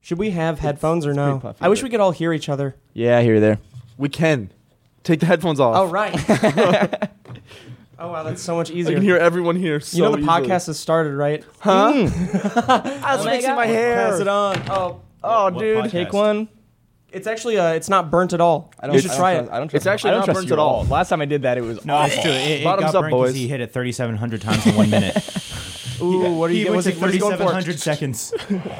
Should we have headphones or it's no? pretty puffy, I wish but- we could all hear each other. Yeah, here, there. We can take the headphones off. Oh right. oh wow, that's so much I easier. can hear everyone here. So you know the easily. podcast has started, right? huh? I was Oh my fixing God. my hair. Pass it on. Oh, Oh, What dude. podcast? take one. It's actually uh, it's not burnt at all. I don't, You should I don't try trust- it. I don't trust It's actually I don't not trust burnt you at all. Last time I did that, it was No, it's awful. true. It, it Bottoms got up, burned 'cause boys. He hit it 3,700 times in one minute. Ooh, what are you? he went what's to it- what is he going for? 3,700 seconds.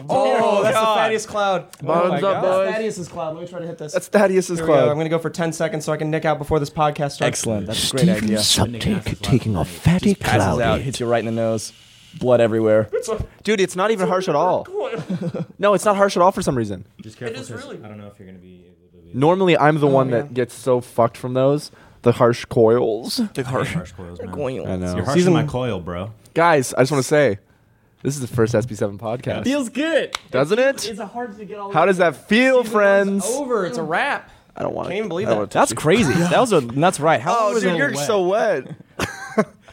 Oh, that's God. the Thaddeus Cloud. Bottoms Oh my up, God. boys. Thaddeus's Cloud. Let me try to hit this. That's Thaddeus's Here we go. I'm club. going to go for 10 seconds so I can nick out before this podcast starts. Excellent. That's a great idea. Subtake taking a fatty Passes out, hits you right in the nose. Blood everywhere. Dude, it's not even harsh at all. No, it's not harsh at all for some reason. Just careful, It is 'cause really- I don't know if you're going to be able to. be- Normally, I'm the Oh, one yeah. that gets so fucked from those. The harsh coils. The I hate harsh coils, man. I You're know. harsh Season- on my coil, bro. Guys, I just want to say this is the first SB7 podcast. Feels good. Doesn't it? a hard to get all How does that feel, friends? Over. It's a wrap. I don't want to. Can't even believe that. That's crazy. that was a that's right. How long Oh, was dude, it? you're so wet.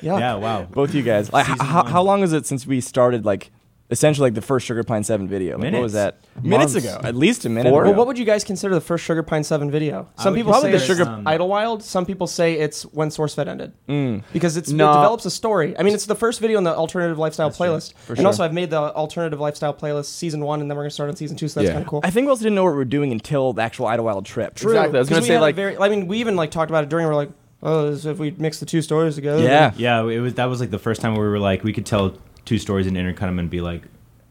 Yeah, wow. both you guys. Like, h- Season how, one. how long is it since we started? Like, essentially, like the first Sugar Pine Seven video. Like, what was that? Minutes. Minutes Months. ago, at least a minute. Four? ago. Well, what would you guys consider the first Sugar Pine 7 video? Some would people probably say the it's Sugar- um, Idlewild. Some people say it's when SourceFed ended. Mm. Because it's, No. it develops a story. I mean, it's the first video in the Alternative Lifestyle playlist. and sure. also, I've made the Alternative Lifestyle playlist season one, and then we're going to start on season two, so that's Yeah. kind of cool. I think we also didn't know what we were doing until the actual Idlewild trip. True. Exactly, I was 'Cause gonna we say, had a like- very- I mean, we even like talked about it during. We're like, oh, this- if we mix the two stories together, Yeah. Yeah, it was. That was like the first time where we were like, we could tell two stories and intercut them and be like,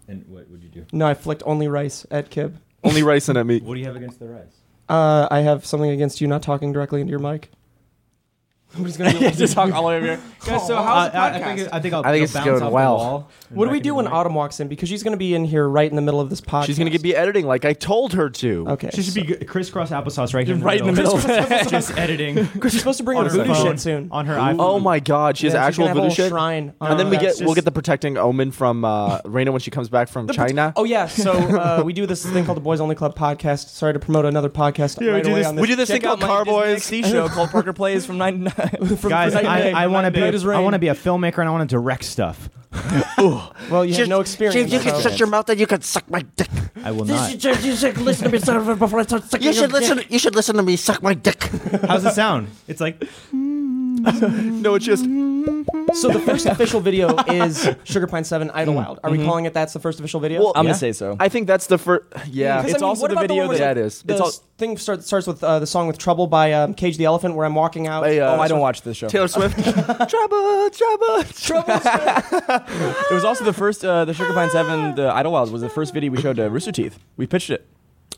and what would you do? No, I flicked only rice at Kib. Only racing at me. What do you have against the rice? Uh, I have something against you not talking directly into your mic. Nobody's gonna be able to Just talk all over here. so Uh, I, I think I think, I'll, I think you'll it's bounce going off the well. wall and What do back we into do when the mic. Autumn walks in? Because she's gonna be in here right in the middle of this podcast. She's gonna get- be editing like I told her to. Okay. She should be good- crisscross applesauce right here, Right in the middle. just editing. She's supposed to bring her on her booty phone, shit soon. on her iPhone. Oh my God, she has Yeah, she's actual gonna have a voodoo whole shit. shrine on and then we her- get it's we'll Uh, just- get the protecting omen from uh, Raina when she comes back from China. Oh yeah, so uh, we do this thing called the Boys Only Club podcast. Sorry to promote another podcast right do away this- on this. we do this Check thing out called my Carboys. Disney XD show called Parker Plays from Nine to Nine. Guys, Night I, Bay. I want to Night be Bay is a, I rain. want to be a filmmaker and I want to direct stuff. Well, you have no experience. you can so- shut your mouth and you can suck my dick. I will not. You should listen. You should listen to me suck my dick. How's it sound? It's like No, it's just So the first official video is Sugar Pine Seven Idlewild. Are we calling it that's the first official video? Um, Well, I'm Yeah. gonna say so. I think that's the first. Yeah, Because, It's I mean, also what the about video one where that- the- Yeah, it is. The It's all- s- thing start, starts with uh, the song with "Trouble" by um, Cage the Elephant, where I'm walking out. Hey, uh, oh, I don't watch this show. Taylor Swift. trouble, trouble. It was also the first, uh, the Sugar Pine Seven, the Idlewild was the first video we showed to Rooster Teeth. We pitched it.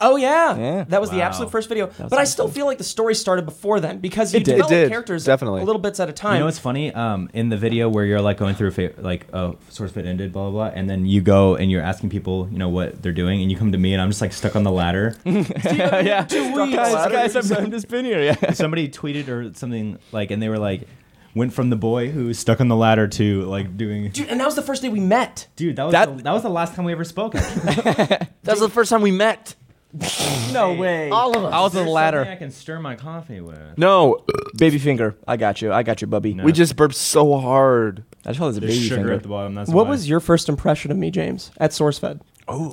oh yeah. Yeah. that was the Wow. absolute first video. But I still feel like the story started before then because you It did. It develop did, characters definitely. a little bits at a time. you know what's funny? Um, in the video where you're like going through a fa- like oh source fit ended blah blah blah, and then you go and you're asking people you know what they're doing, and you come to me and I'm just like stuck on the ladder. yeah, ladder. guys, guys, I've, I've just been here. Yeah, Somebody tweeted or something like, and they were like, went from the boy who was stuck on the ladder to like doing. dude, and that was the first day we met. Dude, that was That- the, that was the last time we ever spoke. actually. That's the first time we met. no way. All of us. I was on the There's something I ladder. can stir my coffee with. No, Baby finger. I got you. I got you, bubby. we just burped so hard. I just call this a There's baby sugar finger. at the bottom. That's What why. was your first impression of me, James, at SourceFed?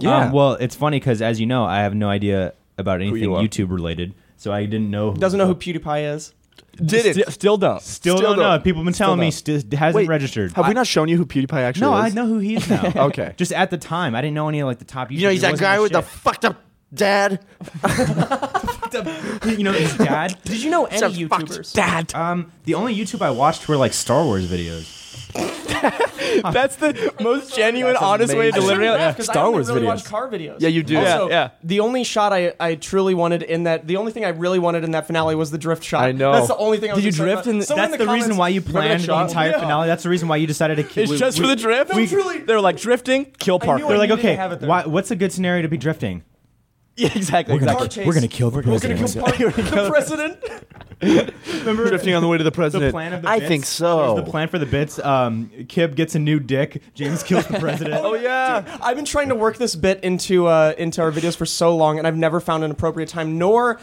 yeah. Um, well, it's funny because as you know, I have no idea about anything you are. YouTube related, so I didn't know. Who, Doesn't know who PewDiePie is. Did it? Sti- still don't. Still, still don't know. don't. People have been telling me st- hasn't Wait, registered. Have we not shown you who PewDiePie actually no, I is? know who he is now. Okay. Just at the time, I didn't know any of like the top. You know he's that guy with the fucked up dad. you know his dad. Did you know any Some fucked YouTubers? Dad. Um, the only YouTube I watched were like Star Wars videos. That's the most genuine, That's honest way to amazing. deliver I it. shouldn't laugh 'cause I Star only Wars really videos. watch car videos. Yeah, you do. Also, Yeah, yeah. The only shot I, I truly wanted in that, the only thing I really wanted in that finale was the drift shot. I know. That's the only thing I was Did you excited drift about. in- Someone That's in the, reason comments- why you Remember that planned the shot? entire Yeah. finale. That's the reason why you decided to kill. It's just for the drift. No, truly. They're like drifting, kill I knew Parker. I They're like, needed to okay, have it there. why, what's a good scenario to be drifting? Yeah, exactly. gonna- exactly. chase. We're gonna kill the We're gonna president. kill Parker, the president. Remember Drifting on the way to the president. the plan of the I bits? think so. There's The plan for the bits. Um, Kib gets a new dick. James kills the president. Oh yeah. I've been trying to work this bit into uh, into our videos for so long, and I've never found an appropriate time, nor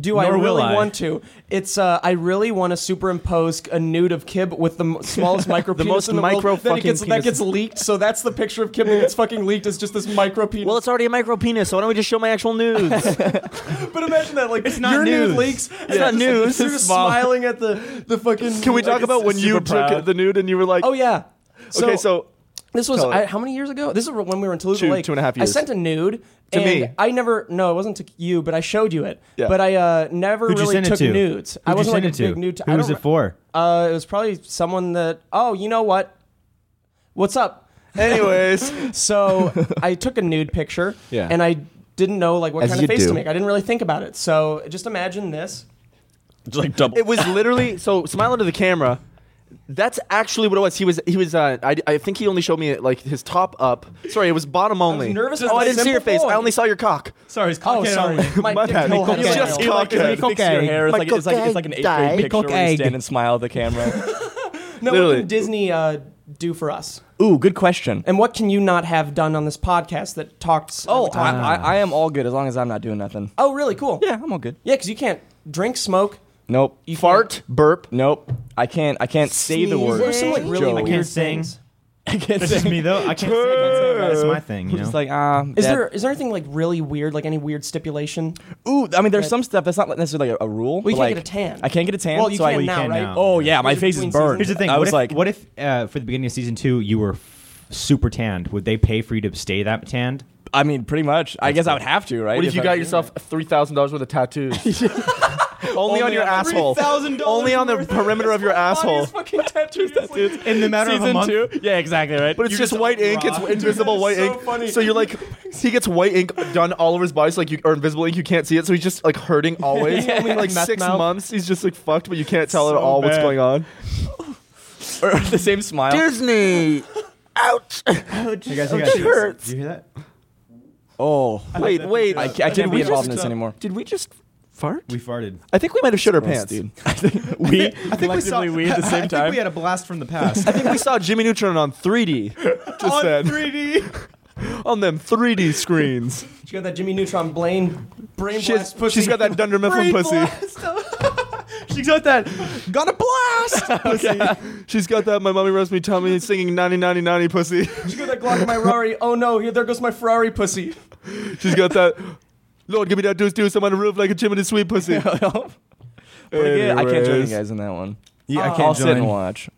do I Nor will really I. want to? It's uh, I really want to superimpose a nude of Kib with the m- smallest micro penis most in the micro world. Then it fucking gets that penis. gets leaked. So that's the picture of Kib that gets fucking leaked. Is just this micro penis. Well, it's already a micro penis, so why don't we just show my actual nudes? but imagine that like not your nude news. leaks. It's not news. You're just smiling at the the fucking. Can we talk about when you took the nude and you were like, Oh yeah. okay, so This was Tell it. I, how many years ago? This is when we were in Toluca Two- Lake. two and a half I years. sent a nude to me. I never. No, it wasn't to you, but I showed you it. Yeah. But I uh, never Who'd you really send it took to? nudes. I Who'd you wasn't send like it a to? big nude. t- Who I was don't it for? re- Uh, it was probably someone that. Oh, you know what? What's up? anyways, So I took a nude picture. Yeah. And I didn't know like what As kind you of face do. to make. I didn't really think about it. So just imagine this. Just like double. it was literally so smile into the camera. That's actually what it was. He was he was. Uh, I, I think he only showed me like his top up. Sorry, it was bottom only. nervous as Oh, a I didn't see your simple face. boy. I only saw your cock. Sorry, it's Oh, sorry. My, My dick bad. hole had It's a just camera. cock like, egg. fix your egg. hair. It's like, it's like it's like an eighth grade Died. picture Cock where you egg. stand and smile at the camera. No, what Literally. can Disney uh, do for us? Ooh, good question. And what can you not have done on this podcast that talks? Oh, every I, time? I, I am all good as long as I'm not doing nothing. oh, really? Cool. Yeah, I'm all good. yeah, because you can't drink, smoke. Nope. You can't- Fart, burp. Nope. I can't. I can't say the word. There's some like really Joe. weird I can't sing. things. I can't That's just say. me though. I can't sing. That's my thing. You know? Just like ah. Is there is there anything like really weird, like any weird stipulation? Ooh, I mean, there's some stuff that's not necessarily like a, a rule. We but, can't like, get a tan. I can't get a tan. Well, you so I- can you now, can right? now. Oh yeah, my Those are face is between burned. seasons. Here's the thing. I what was if, like, what if uh, for the beginning of season two you were f- super tanned? Would they pay for you to stay that tanned? I mean, pretty much. I guess I would have to, right? What if you I- got yourself three thousand dollars worth of tattoos? Only on your asshole. $3,000 Only on the perimeter of your asshole. Funniest fucking tattoos. Like, In the matter of a season month. two? Yeah, exactly, right. But it's just, white ink. It's raw. invisible Dude, white that is so ink. funny. So you're like, he gets white ink done all over his body, so like you or invisible ink. You can't see it, so he's just like hurting always. Yeah. Only like Meth six mouth. months, he's just like fucked, but you can't tell at So all what's bad. going on. or the same smile. Disney. Ouch. Hey guys, hey guys. hurts. Did you hear that? Oh, Wait, wait. I, ca- I can't be we involved in just, this uh, anymore. Did we just fart? We farted. I think we might have shit our Gross, pants, dude. we. I think we saw. Collectively we at the same I think time. we had a blast from the past. I think we saw Jimmy Neutron on 3D. Just On then. 3D. on them 3D screens. she got that Jimmy Neutron Blaine brain She's, blast pussy. she's got that Dunder Mifflin Brain pussy. She got that. Got a blast. She's got that My Mommy Roast Me Tummy singing 90 90 90 pussy. She got that Glock in my Ferrari. Oh no, here there goes my Ferrari pussy. She's got that. Lord, give me that deuce deuce. I'm on the roof like a chimney sweet pussy. Yeah, I can't join you Anyways. guys in that one. Yeah, I I'll can't sit and join. watch.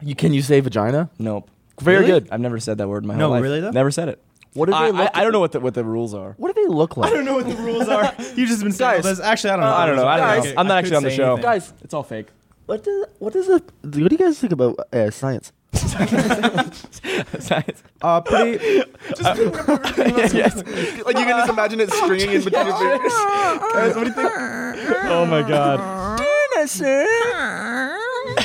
You, can you say vagina? Nope. Very Really? good. I've never said that word in my No, whole life. really, though? Never said it. What do I, they I, look? I don't know what the, what the rules are. what do they look like? I don't know what the rules are. You've just been saying all Guys. uh, this. Actually, I don't know. I don't know. I don't Guys. know. I'm not I actually could on the say show. anything. Guys, it's all fake. What does what is the what do you guys think about uh, science? Science. Uh, pretty. Like you can just imagine it stringing in between your fingers. Guys, what do you think? Oh my god. This that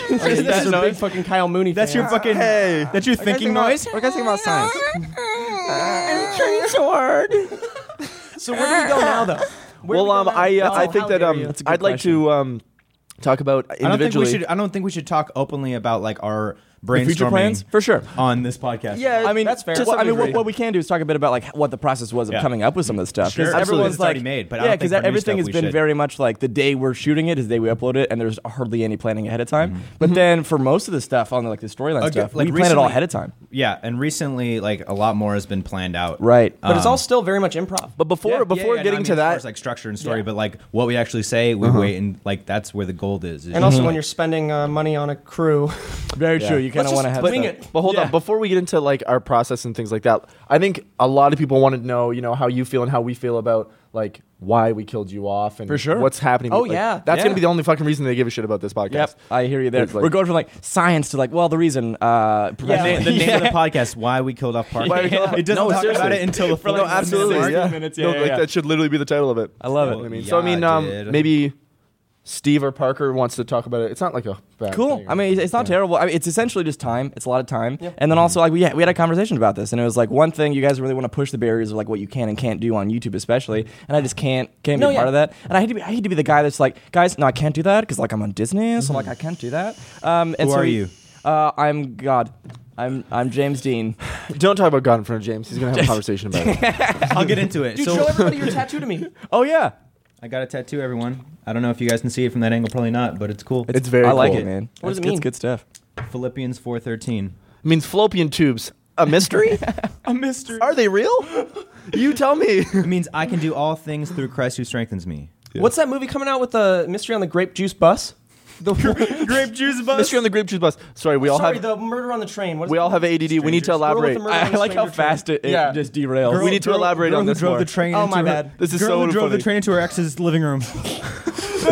is a big noise? fucking Kyle Mooney. That's fan. your fucking. Hey. That's your thinking noise. What do you guys think about science? I'm trying so hard. So where do we go now, though? Where do Well, we go um, now? I uh, Oh, I think how that dare um, you. good I'd like to um, talk about I don't think we individually. should. I don't think we should talk openly about like our brainstorming Future plans? For sure. on this podcast. Yeah, I mean, That's fair. to Well, some I mean, degree. what- what we can do is talk a bit about like what the process was of Yeah. coming up with some of this stuff. 'Cause Sure, absolutely. everyone's It's already made, but yeah, I don't think because for new everything stuff has we been should. very much like the day we're shooting it is the day we upload it, and there's hardly any planning ahead of time. But then for most of the stuff on like the storyline Okay, stuff, Mm-hmm. like we plan it all recently- ahead of time. Yeah, and recently, like a lot more has been planned out. Right. But it's Um, all still very much improv. But before Yeah, before yeah, yeah, no, I getting mean, to as far that, as, like structure and story, but like what we actually say, we Uh-huh. wait and like that's where the gold is. And also, when you're spending uh, money on a crew, Very true. You kind Let's of want to just have wing the- it. But hold Yeah. on, before we get into like our process and things like that, I think a lot of people want to know, you know, how you feel and how we feel about like why we killed you off and For sure. what's happening. Oh, Like, yeah. that's Yeah. gonna be the only fucking reason they give a shit about this podcast. Yep, I hear you there. It's like- We're going from like science to like, well, the reason. Uh, the, name, the name of the Yeah. podcast, why we killed off Parker. Why we killed off- It doesn't No, talk about seriously. it until the No, absolutely. minutes. yeah. 14 minutes, no, yeah, like yeah. that should literally be the title of it. I love I it. mean, so I Yeah, mean, um, dude. maybe Steve or Parker wants to talk about it. It's not like a bad Cool. thing. I mean, it's- it's not terrible. I mean, it's essentially just time. It's a lot of time. And then also, like, we had, we had a conversation about this, and it was like one thing you guys really want to push the barriers of like what you can and can't do on YouTube, especially. And I just can't can't No, be a part yeah. of that. And I hate to be I hate to be the guy that's like, guys, no, I can't do that because like I'm on Disney, so like I can't do that. Um, and Who so are we- you? Uh, I'm God. I'm I'm James Dean. don't talk about God in front of James. He's gonna have a conversation about it. I'll get into it. dude, so show everybody your tattoo to me. Oh yeah. I got a tattoo, everyone. I don't know if you guys can see it from that angle, probably not, but it's cool. It's very I like cool. it, man. What does it It's- mean? It's good stuff. Philippians four thirteen. means fallopian tubes. A mystery? A mystery. Are they real? You tell me. It means I can do all things through Christ who strengthens me. What's that movie coming out with the mystery on the grape juice bus? The Grape juice Mystery on the grape juice bus. Sorry, we all Sorry, have the murder on the train. What is we it all have ADD. We need to Girl with the elaborate. murder on I the like how stranger train. fast it, it Yeah. just derails. we need to elaborate girl on who this drove more. the train. Oh, into my her- bad. This is girl so who drove funny. the train into her ex's living room.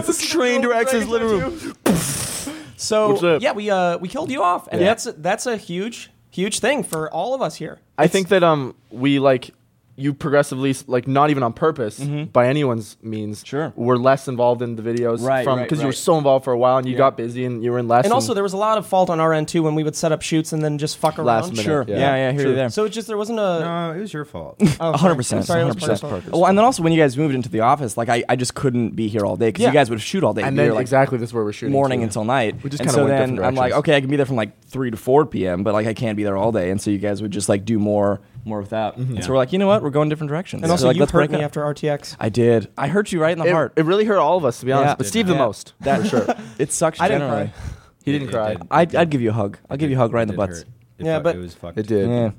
Train to X's living room. What's So up? yeah, we uh we killed you off, and that's that's a huge huge thing for all of us here. I think that um we like you progressively s- like not even on purpose by anyone's means. Sure. were less involved in the videos Right, from right, because you were right. so involved for a while and you got busy and you were in less. And also, there was a lot of fault on our end too when we would set up shoots and then just fuck around. Last minute. Sure. Yeah. Yeah, yeah, here you there. So it just there wasn't a no, it was your fault. oh, okay. 100%. Sorry, it was 100%. Parker's fault. Well, and then also when you guys moved into the office, like I, I just couldn't be here all day because Yeah. you guys would shoot all day. and We'd be then here, like exactly this is where we're shooting morning too. until night. We just and kinda so went then different I'm like, directions. okay, I can be there from like three to four p.m., but like I can't be there all day. And so you guys would just like do more, more without. And Yeah. so we're like, you know what? We're going different directions. And So, also, like, you let's hurt break me up. after RTX. I did. I hurt you right in the It, heart. it really hurt all of us to be honest, Yeah. but Steve the Yeah. most. That- for sure. it sucks. I didn't generally. cry. He didn't cry. I'd, I'd give you a hug. I'll give you a hug right in the It butts. did hurt. It Yeah, fu- but- it was fucked. It did. Yeah.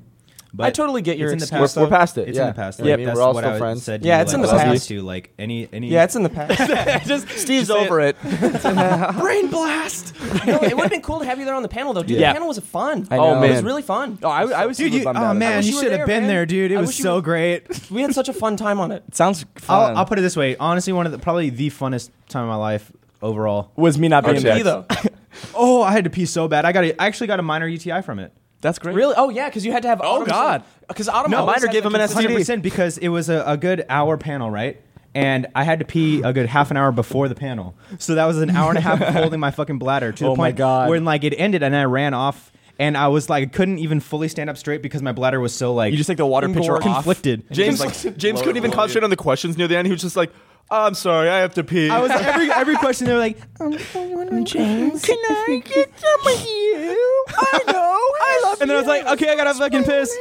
But I totally get your it's in the excuse, past. We're, we're though. past it. It's yeah. in the past. You Like, know what I mean? that's we're all what still I friends. Said Yeah, you, it's in like, the last past. week To like any any. Yeah, it's in the past. Steve's over it. Brain blast. no, it would have been cool to have you there on the panel though, dude. Yeah. The panel was fun. I Oh, know. It was man. really fun. Oh, I, I was Dude, super you, bummed out oh about it. man, wish you you were should there, have been man. there, dude. It I was wish you so were- great. We had such a fun time on it. It sounds fun. I'll, I'll put it this way. Honestly, one of the probably the funnest time of my life overall. was me not being Me there. though. Oh, I had to pee so bad. I got a, I actually got a minor UTI from it. That's great. Really? Oh yeah, because you had to have. Oh, God. Because Autumn. No, always Miner had gave the him an consistent- Hundred STD. percent because it was a, a good hour panel, right? And I had to pee a good half an hour before the panel, so that was an hour and a half of holding my fucking bladder to the Oh my point God. when like it ended, and I ran off, and I was like, I couldn't even fully stand up straight because my bladder was so like You just take the water pitcher off. conflicted. James, James couldn't even concentrate on the questions near the end. He was just like, "Oh, "I'm sorry, I have to pee." I was every every question they were like, Can I get some with you? I know. I love and then I was like, okay, I gotta fucking piss.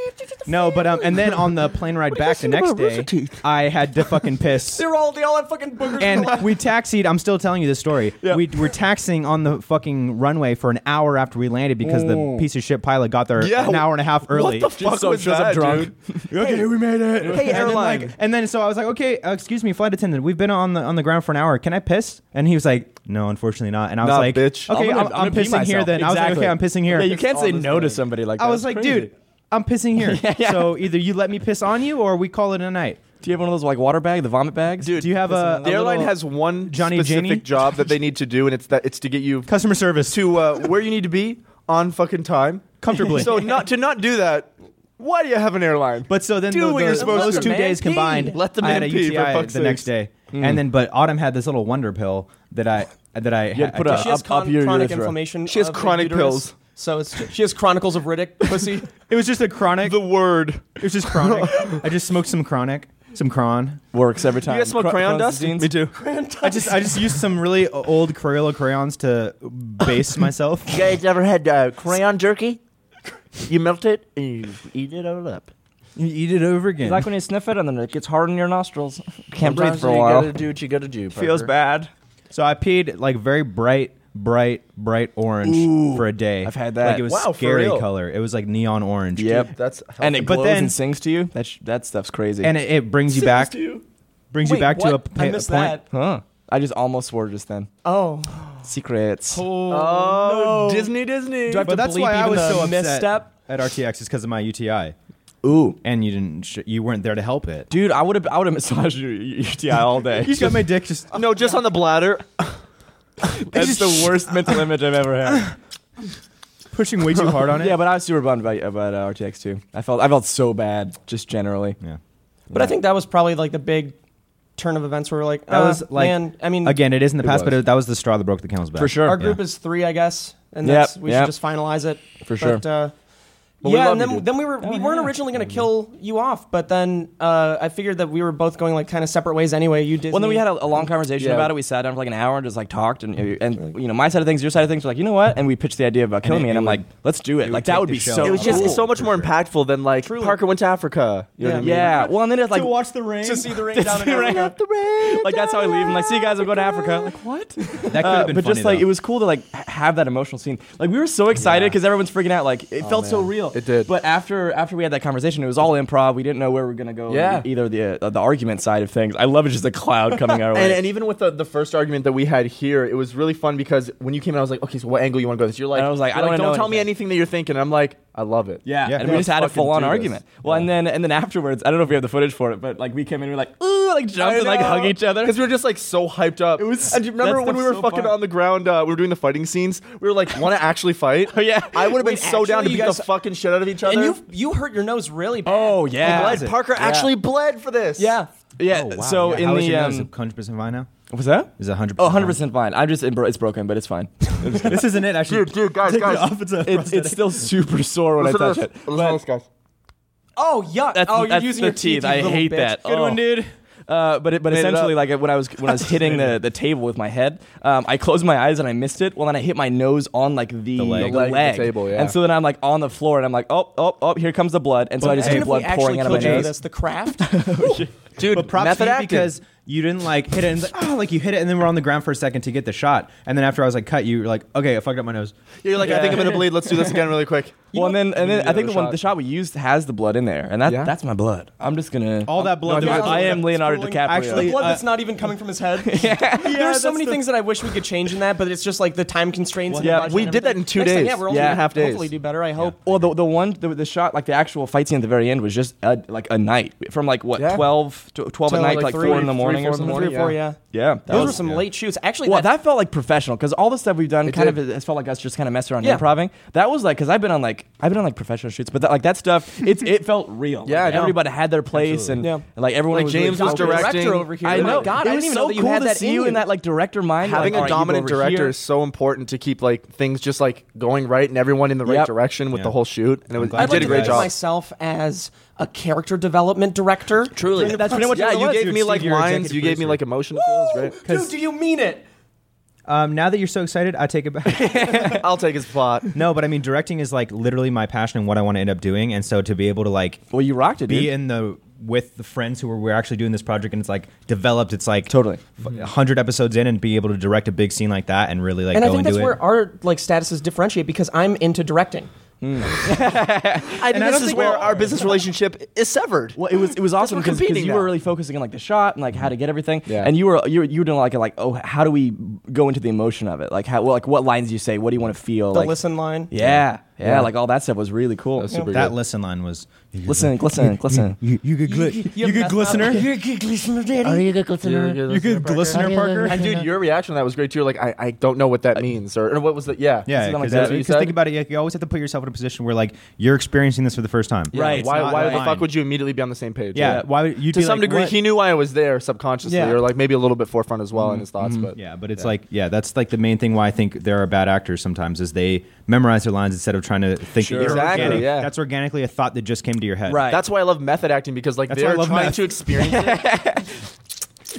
No, but um, and then on the plane ride back the next day, I had to fucking piss. They're all they all had fucking boogers. in and their lap. we taxied. I'm still telling you this story. We were taxiing on the fucking runway for an hour after we landed because the piece of shit pilot got there Yeah, an hour and a half early. What the fuck so was shows up that, drunk. dude? okay, we made it. Hey, and then, airline. like, and then so I was like, okay, uh, excuse me, flight attendant. We've been on the on the ground for an hour. Can I piss? And he was like, no, unfortunately not. And I was Nah, like, bitch. I'm okay, I'm, gonna- I'm I'm gonna pee pissing here. myself. Then I was like, Exactly. okay, I'm pissing here. Yeah, you can't say this no to morning. somebody like that. I was It's like, crazy. dude, I'm pissing here. yeah. So either you let me piss on you or we call it a night. do you have one of those like water bag, the vomit bags? Dude, Do you have a, The a airline little has one Johnny specific Janie? job that they need to do, and it's that it's to get you customer service to uh, where you need to be on fucking time. comfortably? So not to not do that. Why do you have an airline? But so then Do tho- what you're those, supposed those to. two Man, days pee. combined, Let the I had man a pee, for UTI the fuck's Hmm. next day, and then but Autumn had this little wonder pill that I that I You had to put I a- took. she has Uh, up- up con- your chronic urethra. inflammation. She has of the chronic uterus. pills. So it's she has Chronicles of Riddick. Pussy. It was just a chronic. the word. it was just chronic. I just smoked some chronic, some cron. works every time. You guys smoke Cro- crayon Crohn's dust? disease? too. I just I just used some really old Crayola crayons to base myself. You guys ever had uh, crayon jerky? You melt it and you eat it all up. You eat it over again. It's like when you sniff it and then it gets hard in your nostrils. Can't breathe Sometimes for a you while. gotta do what you gotta do. Feels Parker. bad. So I peed like very bright, bright, bright orange for a day. I've had that. Like it was Wow, for scary real? color. It was like neon orange. Yep. That's And it But glows then- and sings to you. That sh- that stuff's crazy. And it, it brings you back. Brings you Wait, back what? to a, pa- I a missed point. that. huh? I just almost swore just then. Oh. Secrets. oh Disney Disney. Do I have But to that's bleep why I even was the so upset misstep? at RTX is because of my UTI, Ooh, and you didn't. Sh- you weren't there to help it. dude, I would have I would have massaged your your UTI all day. You just got my dick. Just no, just on the bladder. That's the worst mental image I've ever had. pushing way too hard on it. Yeah, but I was super bummed about about uh, RTX too. I felt I felt so bad just generally. yeah. But I think that was probably like the big turn of events where we're like, That uh, was, like, man, I mean, Again, it is in the It past, but was. it, that was the straw that broke the camel's back. For sure. our group Yeah. is three, I guess, and Yep, that's, we yep. should just finalize it For sure. Oh, But, uh, But we yeah, love and you, then, dude. then we were we weren't originally gonna kill you off, but then uh, I figured that we were both going like kind of separate ways anyway. You did. Well, then we had a, a long conversation Yeah. about it. We sat down for like an hour and just like talked, and and you know my side of things, your side of things. We're like, you know what? And we pitched the idea about killing it- me, and it I'm would- like, let's do it. would Like take that would the be show so. off. It was just cool. so much more impactful than like Parker went to Africa. You know what I mean? Oh. Yeah. Well, and then it's like to watch the rain. To see the rain down like that's how I leave. I'm like, see you guys, I'm going to Africa. Like what? That could Uh, have been but funny, just like though. it was cool to like h- have that emotional scene. Like we were so excited Yeah. Oh, because everyone's freaking out. Like it felt so real. It did. But after after we had that conversation, it was all improv. We didn't know where we were gonna go. on Yeah. Either the uh, the argument side of things. I love it. Just the cloud coming our way. And, and even with the, the first argument that we had here, it was really fun because when you came in, I was like, okay, so what angle you want to go? This? You're like, And I was like, you're I don't wanna don't know tell me anything." anything that you're thinking. And I'm like, I love it. Yeah. Yeah. and we Let's just had a fucking full on do this. argument. Well, and then and then afterwards, I don't know if we have the footage for it, but like we came in, we were like, ooh, like jump and like hug each other. because we were just like so hyped up. It was- And do you remember that when we were stuff's so fucking fun. on the ground? Uh, we were doing the fighting scenes. We were like, want to actually fight? Oh, yeah. I would have been Wait, so down actually, to beat you the guys- fucking shit out of each other. and you you hurt your nose really bad. Oh yeah. bled. Parker actually bled for this. Yeah. Yeah. Oh, wow. So Yeah, in how the is your um, nose? Is it 100% fine now? what's that? Is it 100%? Oh, 100% fine. I'm just, it's broken, but it's fine. fine? this isn't it, actually. Dude, dude, guys, Take it guys. off. It's a It's, prosthetic. it's still super sore when I Listen to touch this. it. Listen to this, guys. Oh yeah. That's, oh, you're that's using the your teeth. you I little hate bitch. that. Oh. Good one, dude. Uh, but it, but it essentially, up. like when I was when I was hitting the, the table with my head, um, I closed my eyes and I missed it. Well, then I hit my nose on like the, leg. The leg of the table, yeah. And so then I'm like on the floor and I'm like, oh oh oh, here comes the blood. And so I just Imagine get if blood we actually pouring out of my killed you with nose. this, the craft. Dude, but props to method you acting. because you didn't like hit it and it's like, oh, like you hit it and then we're on the ground for a second to get the shot. And then after I was like, cut, you were like, okay, I fucked up my nose. You're like, I think I'm gonna bleed. Let's do this again really quick. Well, and then and then I think the other one shot. the shot we used has the blood in there, and that Yeah? that's my blood. I'm just gonna All that blood. no, I- that was- I am Leonardo Spooling- DiCaprio. Actually, blood uh, that's not even coming from his head. there are so many things that I wish we could change in that, but it's just like the time constraints. and Yeah, the budget we and did that everything. in two Next time, days. yeah, we're only Yeah. gonna And a half days. Hopefully, do better. I hope. Well, the the one the, the shot like the actual fight scene at the very end was just a, like a night from like what Yeah. 12, to 12 Till, at night like, to like three- four in the three, morning or four in the something. morning. Three or four, yeah. Yeah, that Those was, were some late shoots. Actually, well. that, That felt like professional because all the stuff we've done kind of has felt like us just kind of messing around and Yeah. improvising. That was like because I've been on like I've been on like professional shoots, but that, like that stuff it's it felt real. Yeah, I like, know. everybody had their place and, Yeah. and, like everyone Like, was James really was Dr. focused. directing. director over here. I know. Oh My God, it I didn't was even so know that you cool had to that see you in that like director mind. like, Having a all right, you go dominant over here. director is so important to keep like things just like going right and everyone in the right Yep. direction with Yeah. the whole shoot. And it was, glad you I'd you did like a to great think of job. myself as a character development director. Truly, That's pretty much yeah, what it you was. gave You're me like Steve, you're lines. executive You gave me producer. like emotion. to feel. It was dude, do you mean it? Um, now that you're so excited, I take it back. great. I'll take his plot. no, but I mean, directing is like literally my passion and what I want to end up doing. And so to be able to like Well, you rocked it, dude. be in the with the friends who were we're actually doing this project and it's like developed. It's like Totally. hundred episodes in and be able to direct a big scene like that and really like And I go think into that's it. where our like statuses differentiate because I'm into directing. I think I this don't is think where we're- our business relationship is severed. Well, it was it was awesome we're because competing you now. were really focusing on like the shot and like how to get everything, Yeah. and you were you were, you were doing like like oh how do we go into the emotion of it like how well, like what lines you say what do you want to feel The like listen line. yeah, yeah like all that stuff was really cool super that listen line was listen listen listen You, you good, gli- you good glistener. You're a good listener, Daddy. Are you good listener? You good glistener, Parker. And dude, your reaction to that was great. too. You're like, I, I don't know what that means, or, or what was the yeah, Yeah, Something like because that. You said? think about it. Like, you always have to put yourself in a position where like you're experiencing this for the first time. Yeah, Right, it's Why, not why the mine. fuck would you immediately be on the same page? Yeah, why would you To some degree, what? he knew why I was there subconsciously, Yeah. or like maybe a little bit forefront as well in his thoughts. But Mm-hmm. Yeah, but it's like yeah, that's like the main thing why I think there are bad actors sometimes is they memorize their lines instead of trying to think. Sure. It's Exactly, organic. yeah. That's organically a thought that just came to your head. Right. that's why I love method acting because like That's why I they're love trying meth. to experience it.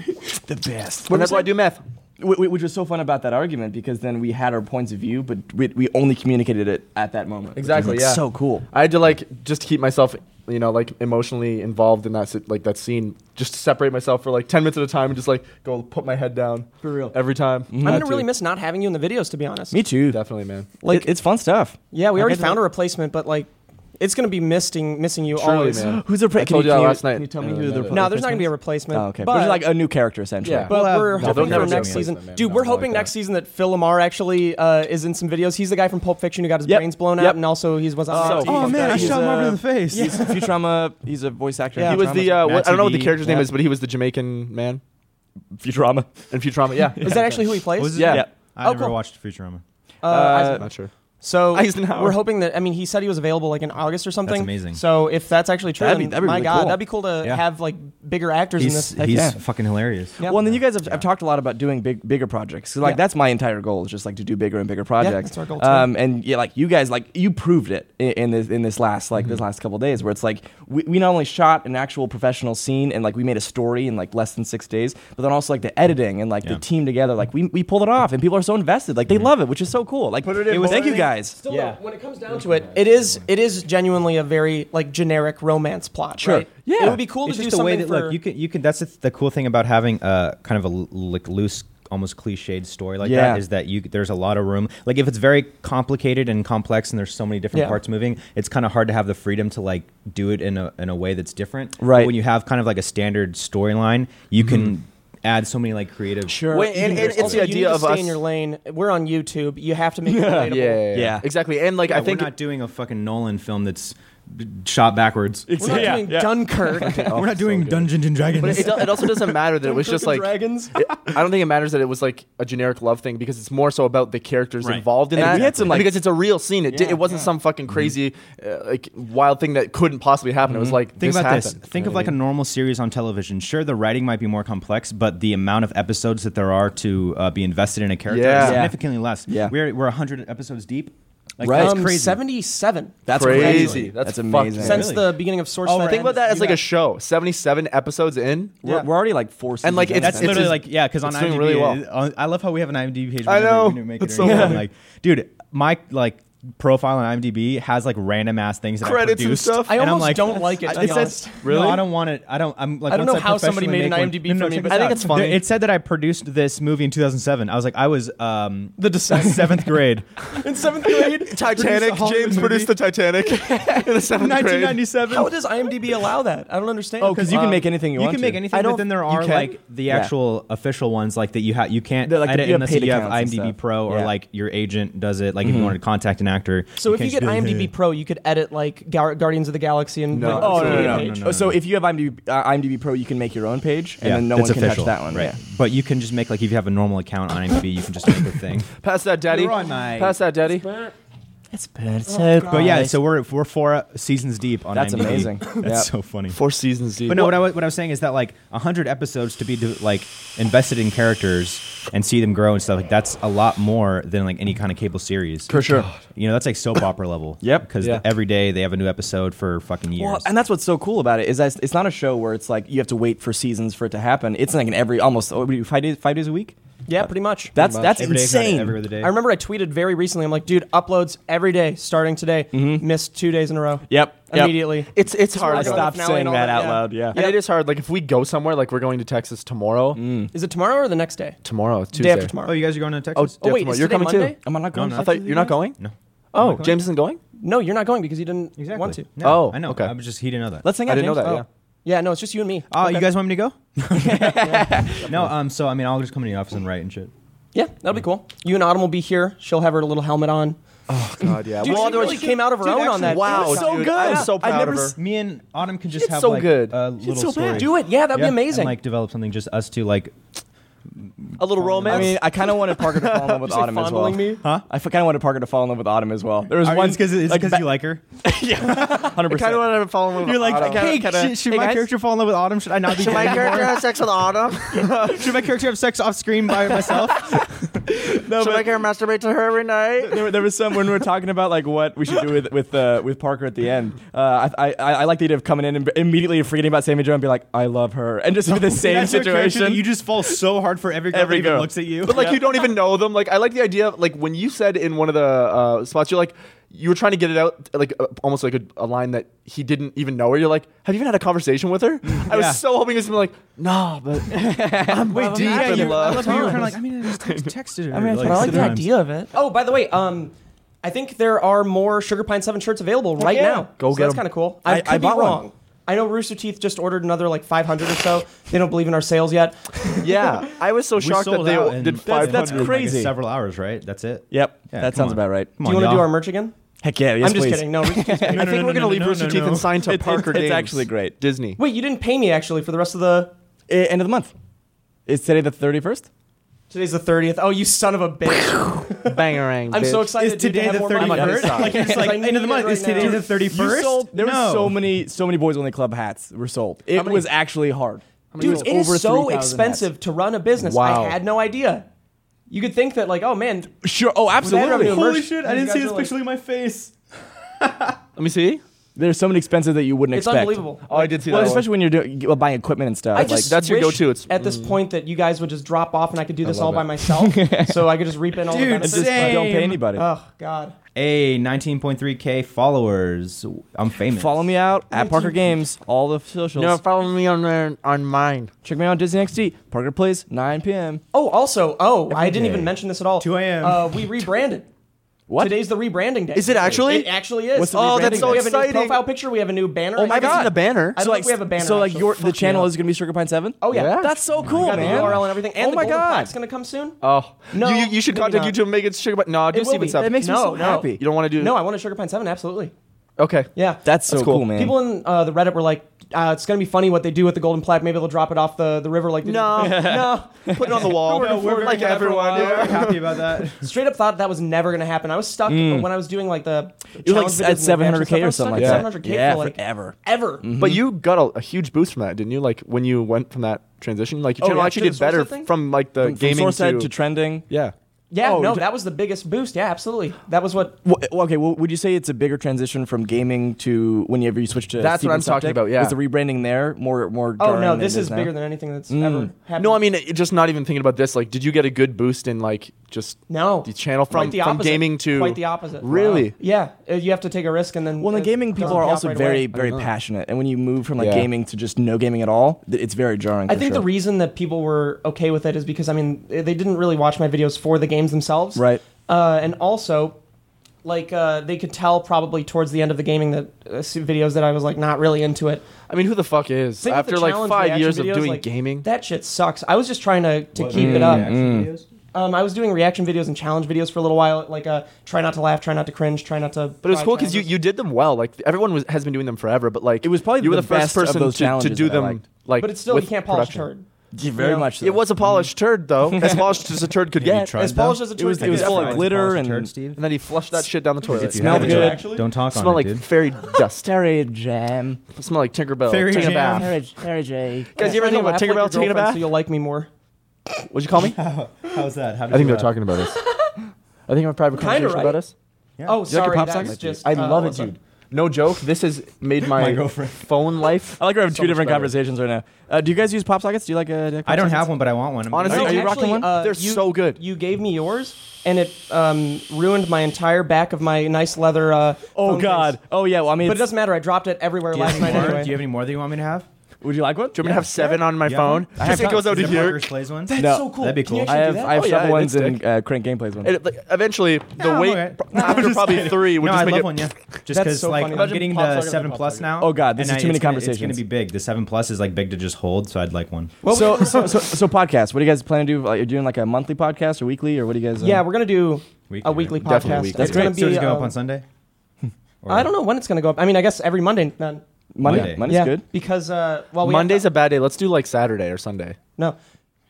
and the best that's why I do meth. Wh- wh- which was so fun about that argument because then we had our points of view but we, we only communicated it at that moment which was, Exactly, like, yeah. so cool I had to like just to keep myself, you know, like emotionally involved in that si- like that scene, just to separate myself for like ten minutes at a time and just like go put my head down For real. every time. I'm gonna really miss not having you in the videos, to be honest. me too Definitely, man. like it's fun stuff Yeah, we Like, already it's found like- a replacement, but like, it's gonna be missing missing you Truly, always. man. who's the I told you that last night. can you tell me I who don't the know. No, there's not gonna be a replacement. oh, okay but, but like a new character essentially Yeah. But We'll have- we're No, hoping they'll for never next do a season, replacement, man. dude. No, we're not like hoping next that. season that Phil Lamar actually uh, is in some videos. He's the guy from Pulp Fiction who got his Yep. brains blown Yep. out, and also he's was on. So RT. Oh, fucked up. He's, him over uh, the face. He's a Futurama. He's a voice actor. in Yeah. He was Futurama. the uh, what, I don't know what the Matt TV, character's name yeah. is, but he was the Jamaican man Futurama. in Futurama. Yeah, Is that actually who he plays? Was it- Yeah. Yeah. I Oh, never cool. watched Futurama. Uh, not sure. So Eisenhower. we're hoping that I mean he said he was available like in August or something. amazing. So if that's actually true, That'd be- then that'd be my really God, cool. that'd be cool to Yeah. have like bigger actors He's, in this. he's yeah. fucking hilarious. Yeah. Well, and then you guys have, have talked a lot about doing big, bigger projects. 'Cause, like Yeah. that's my entire goal is just like to do bigger and bigger projects. that's our goal, too. Um, and yeah, like you guys, like you proved it in, in this in this last like this last couple days, where it's like we, we not only shot an actual professional scene and like we made a story in like less than six days, but then also like the editing and like Yeah. the team together, like we, we pulled it off, and people are so invested, like they love it, which is so cool. Like Put it in was, thank you boiling. guys. Still, yeah. when it comes down to it, it is it is genuinely a very like generic romance plot. Sure. right? Yeah. It would be cool it's to do just a something way that for look you can you can that's the, the cool thing about having a kind of a l- like loose almost cliched story like Yeah. that is that you there's a lot of room like if it's very complicated and complex and there's so many different Yeah. parts moving it's kind of hard to have the freedom to like do it in a in a way that's different Right. but when you have kind of like a standard storyline you can add so many like creative Sure. Wait, and, and it's Also, you the need idea to of stay us. in your lane. We're on YouTube. You have to make it relatable. yeah, Yeah. exactly. And like Yeah, I think we're not doing a fucking Nolan film that's shot backwards We're not Yeah, doing yeah. Dunkirk. we're not doing Dungeons and Dragons But it, do- it also doesn't matter that it was just like. dragons. it- I don't think it matters that it was like a generic love thing because it's more so about the characters Right. involved in And that. we had some, And like- because it's a real scene. It, di- Yeah, it wasn't some Mm-hmm. fucking crazy, uh, like wild thing that couldn't possibly happen. It was like Mm-hmm. Think this about happened. this. Think of like a normal series on television. Sure, the writing might be more complex, but the amount of episodes that there are to uh, be invested in a character Yeah. is Yeah. significantly less. Yeah. We're, we're 100 episodes deep. Like, Right. That's Um, crazy. Seventy-seven. That's crazy. That's, That's fucked. amazing. since Really? the beginning of Source. Oh, Fed right. Think about that ends, as like you a show. Seventy-seven episodes in. We're, Yeah. we're already like four seasons like, in. it's- That's it's- literally like yeah, because on it's IMDb, doing really well. it- on- I love how we have an IMDb page. I whenever know. we do make it It's or so anything. good. Like, dude, my like profile on IMDb has like random ass things that Credits I and produced. stuff. I and I'm almost like, don't like it, to it be honest. says, really? No, I don't want it. I don't. I'm like. I don't once know how somebody professionally made an make one- IMDb No, no, for me, check but this I think out. it's funny. There- It said that I produced this movie in 2007. I was like, I was um the seventh grade. in seventh grade. Titanic. Produced a Hollywood James produced the Titanic in the seventh grade. 1997. How does IMDb allow that? I don't understand. oh, because you can make anything you, you want can to. make anything, I but don't- then there you are can? like the Yeah. actual official ones, like that you have you can't They're like- edit you have unless paid you have accounts and IMDb stuff. Pro or Yeah. like your agent does it. Like if you wanted to contact an actor, So if can't you get just be like, IMDb "Hey." Pro, you could edit like Gar- Guardians of the Galaxy and No. like, Oh no the no no! no, no, no, Oh, no, So no. if you have IMDb, uh, IMDb Pro, you can make your own page, and Yeah, then no that's one can official, touch that one. right? Yeah. But you can just make like if you have a normal account on IMDb, you can just make a thing. Pass that, daddy. You're on my- Pass that, daddy. It's been so But yeah, so we're we're four uh, seasons deep on Oh, That's IMDb. amazing. That's Yeah. so funny. Four seasons deep. But no, what I, was, what I was saying is that like hundred episodes to be do, like invested in characters and see them grow and stuff like that's a lot more than like any kind of cable series. For sure. you know that's like soap opera level. Yep. because Yeah. every day they have a new episode for fucking years. Well, and that's what's so cool about it is that it's- it's not a show where it's like you have to wait for seasons for it to happen. It's like an every almost oh, what do you do, five days five days a week. Yeah, pretty much. That's that's Every day, if not insane. every other day. I remember I tweeted very recently. I'm like, dude, uploads every day starting today. Missed two days in a row. Yep, yep. Immediately. it's it's hard. Like I on the though. stopped finale saying and all that that, out yeah. loud. Yeah. And it is hard. Like if we go somewhere, like we're going to Texas tomorrow. Is it tomorrow or the next day? Tomorrow, it's Tuesday. Mm. Day after tomorrow. oh, you guys are going to Oh, Texas? Oh, yeah, wait, tomorrow. is you're today coming Monday? too. Am I not No, going? no, to I Texas thought with you're you not guys? going. no, Oh, Oh, James isn't going. no, you're not going because you didn't exactly. want to. No, Oh, I know. okay. I was just he didn't know that. Let's hang out. I didn't know James. that. Oh. Yeah. Yeah, no, it's just you and me. Oh, you guys want me to go? no, um. So I mean, I'll just come to the office and write and shit. Yeah, that'll be cool. You and Autumn will be here. She'll have her little helmet on. God, yeah. Dude, well, she otherwise really came out of her own on that. Wow, It was so dude. good. I'm Yeah. so proud never of her. s- Me and Autumn can just It's have so like good. a little so story. bad. Do it. Yeah, that'd Yeah, be amazing. And like develop something just us two. Like a little romance. I mean, I kind of wanted Parker to fall in love with Say Autumn as well. fondling me. Huh? I kind of wanted Parker to fall in love with Autumn as well. There was Are you- one it's because it's because ba- you like her. hundred kind of percent. want to follow him. with You're like, Otto. hey, kinda- should, should hey, my guys? character fall in love with Autumn? Should I not be? Should my gay character anymore? have sex with Autumn? should my character have sex off screen by myself? Should my character masturbate to her every night? there, were- there was some when we were talking about like what we should do with with uh, with Parker at the end. Uh, I, I I like the idea of coming in and b- immediately forgetting about Sammy Joe and be like, I love her, and just be the same That's your character situation. that You just fall so hard for every girl Every that even girl. looks at you. but like you don't even know them. Like I like the idea of like when you said in one of the uh, spots, you're like you were trying to get it out, like uh, almost like a, a line that he didn't even know. Or you're like, have you even had a conversation with her? Mm, I Yeah. was so hoping it's gonna be like, nah, but I'm Wait, Yeah, deep in you- I love. love how you were kind of like. I mean, I just texted her. mean, But I like the sometimes. idea of it. Oh, by the way, um, I think there are more Sugar Pine Seven shirts available right yeah. now. Go so get That's 'em. kind of cool. I, I- could I be bought one. wrong. I know Rooster Teeth just ordered another like 500 or so. They don't believe in our sales yet. yeah, I was so We shocked that sold out they in did five. that's in, like, crazy. several hours, right? That's it. Yep, that Yeah, come sounds on. about right. do Come on, you want to y'all. do our merch again? Heck yeah, yes, I'm just please. kidding. No, Rooster Teeth. I think we're gonna leave Rooster Teeth and sign to It- it- Parker it's Games. actually great. Disney. Wait, you didn't pay me actually for the rest of the. Eh, end of the month. It's today the thirty first. Today's the 30th. Oh, you son of a bitch. Bangarang. I'm so excited. Is dude, to today have the more money. 31st? I'm Like, it's I like, need end of the it month. right Is today now. the You 31st? sold- there No. were so many, so many boys only club hats were sold. It was actually hard. Dude, it is over so 3,000 hats. expensive to run a business. Wow. I had no idea. You could think that, like, oh man, Sure. Oh, absolutely. revenue- Holy merch- shit, I these didn't see guys this are like- picture in my face. Let me see. There's so many expenses that you wouldn't it's expect. unbelievable. Oh, I did see Well, that. one. especially when you're doing, well, buying equipment and stuff. I just that's your wish go-to, it's- at this point that you guys would just drop off and I could do this all love by it. myself, so I could just reap in all the Dude, like, benefits. just Same. don't pay anybody. Oh God, Hey, 19.3k followers. I'm famous. Follow me out at Parker Games, all the socials. No, follow me on there- on mine. Check me out on Disney XD. Parker plays 9 p.m. Oh, also, oh, I didn't day. even mention this at all. 2 a.m.. Uh, we rebranded. What? Today's the rebranding day. Is it actually? It actually is. What's the Oh, that's We so have a new exciting. profile picture. We have a new banner. Oh I haven't seen the banner. I don't so think like we have a banner. So like actually. your Fuck me the channel up. is gonna be Sugar Pine Seven. Oh yeah. that's so We cool, got man. the URL and everything. And oh the my Golden god, Plaque's gonna come soon. Oh No, You, you, you should maybe contact not. YouTube and make it sugar. But no, do It will Steven be. Seven. that makes me No, so no. happy. you don't want to do. no, I want a Sugar Pine Seven. Absolutely. Okay. Yeah. that's so That's cool. cool. man. People in uh, the Reddit were like, uh, "It's gonna be funny what they do with the golden plaque. Maybe they'll drop it off the, the river like they did No. with the- no." Put it on the wall. No, we're like everyone. We're Yeah. happy about that. Straight up thought that was never gonna happen. I was stuck when I was doing like the Mm. It challenge was like at videos and the adventure 700k stuff, I or was something like stuck that. at 700k yeah, for like forever. ever. But you got a, a huge boost from that, didn't you? Like when you went from that transition, like your Oh, channel yeah, to actually the did source better head thing? from like the From gaming source to, head to trending. yeah. Yeah, Oh, no, d- that was the biggest boost. Yeah, absolutely. That was what. Well, well, okay, well, would you say it's a bigger transition from gaming to whenever you switch to? That's what Steven I'm talking Septic? about, yeah. is the rebranding there more more? Oh jarring no, than this it is now? Mm. bigger than anything that's ever happened. No, I mean it- just not even thinking about this. Like, did you get a good boost in like just no. the channel from Quite the from opposite. gaming to quite the opposite. Really? Yeah, uh, you have to take a risk and then. Well, in it the gaming, doesn't people are pay off also right away. very very passionate, and when you move from like Yeah. gaming to just no gaming at all, th- it's very jarring. I for think the sure. reason that people were okay with it is because I mean they didn't really watch my videos for the games themselves, Right. Uh, and also, like uh, they could tell probably towards the end of the gaming that uh, videos that I was like not really into it. I mean, who the fuck is Same with the after like challenge five reaction years videos, of doing like, gaming? That shit sucks. I was just trying to, to keep it up. Mm, Um, I was doing reaction videos and challenge videos for a little while, like uh, try not to laugh, try not to cringe, try not to. But it was cool because you, you did them well. Like everyone was, has been doing them forever, but like It was probably you were the the, best first of person those to, to challenges do that I them. liked. Like, But it's still with you can't polish production. a turd. Yeah, very know, much. So. It was a polished turd though, as polished as a turd could get. tried As polished as a It was- turd. it was could full of get. glitter Polished and- turd, Steve. And then he flushed that shit down the toilet. It smelled Yeah, good. don't- Actually? Don't talk Smell on like it, dude. fairy dust. Terry Jam. Smell like Tinkerbell. Fairy jam. taking a bath. Terry, Terry J. Guys, you Try ever to think about laugh like your Tinkerbell taking a girlfriend bath? So you'll like me more. What'd you call me? I How's that? How did think you, they're uh, talking about us. I think I'm a private Kinda conversation about right. us. Oh, sorry, pop that's socks? just. I uh, love it, what's up? dude. No joke. This has made my, My girlfriend. phone life. I like we're having two So much different better. conversations right now. Uh, do you guys use pop sockets? Do you like? Uh, do you like I pop don't sockets? have one, but I want one. I'm- Honestly, Oh, Are you actually, rocking one? uh, They're you- so good. You gave me yours, and it um, ruined my entire back of my nice leather. Uh, Oh phone God. case. Oh yeah. Well, I mean, But it it's- doesn't matter. I dropped it everywhere do you have last night any more? anyway. Do you have any more that you want me to have? would you like one? Do you want me to have seven on my You have phone? one? I Just have it some- goes out is to there here. Parker's Plays one? That's No. so cool. That'd be Can cool. you actually I do have that? I have Oh, yeah, shovel it ones did and uh, crank gameplays ones. It, like, eventually, the No, weight okay. pro- after probably three would no, just I make love it. one, yeah. Just That's because, so like, funny. I'm Imagine getting Pop the Socket with 7 Pop Plus Socket. now. Oh, God, this is and I- too many it's gonna- It's going conversations. to be big. The 7 Plus is, like, big to just hold, so I'd like one. so, so, so, so podcast. What do you guys plan to do? Like, you're doing like a monthly podcast or weekly or what do you guys? uh, Yeah, we're gonna do Weekly, a right? weekly podcast. Definitely weekly. That's It's great. gonna So does be, it go up um, on Sunday? Or- I don't know when it's gonna go up. I mean, I guess every Monday. None. Monday. Monday. Monday's yeah, good. because uh, well, we have- Monday's a bad day. Let's do like Saturday or Sunday. no.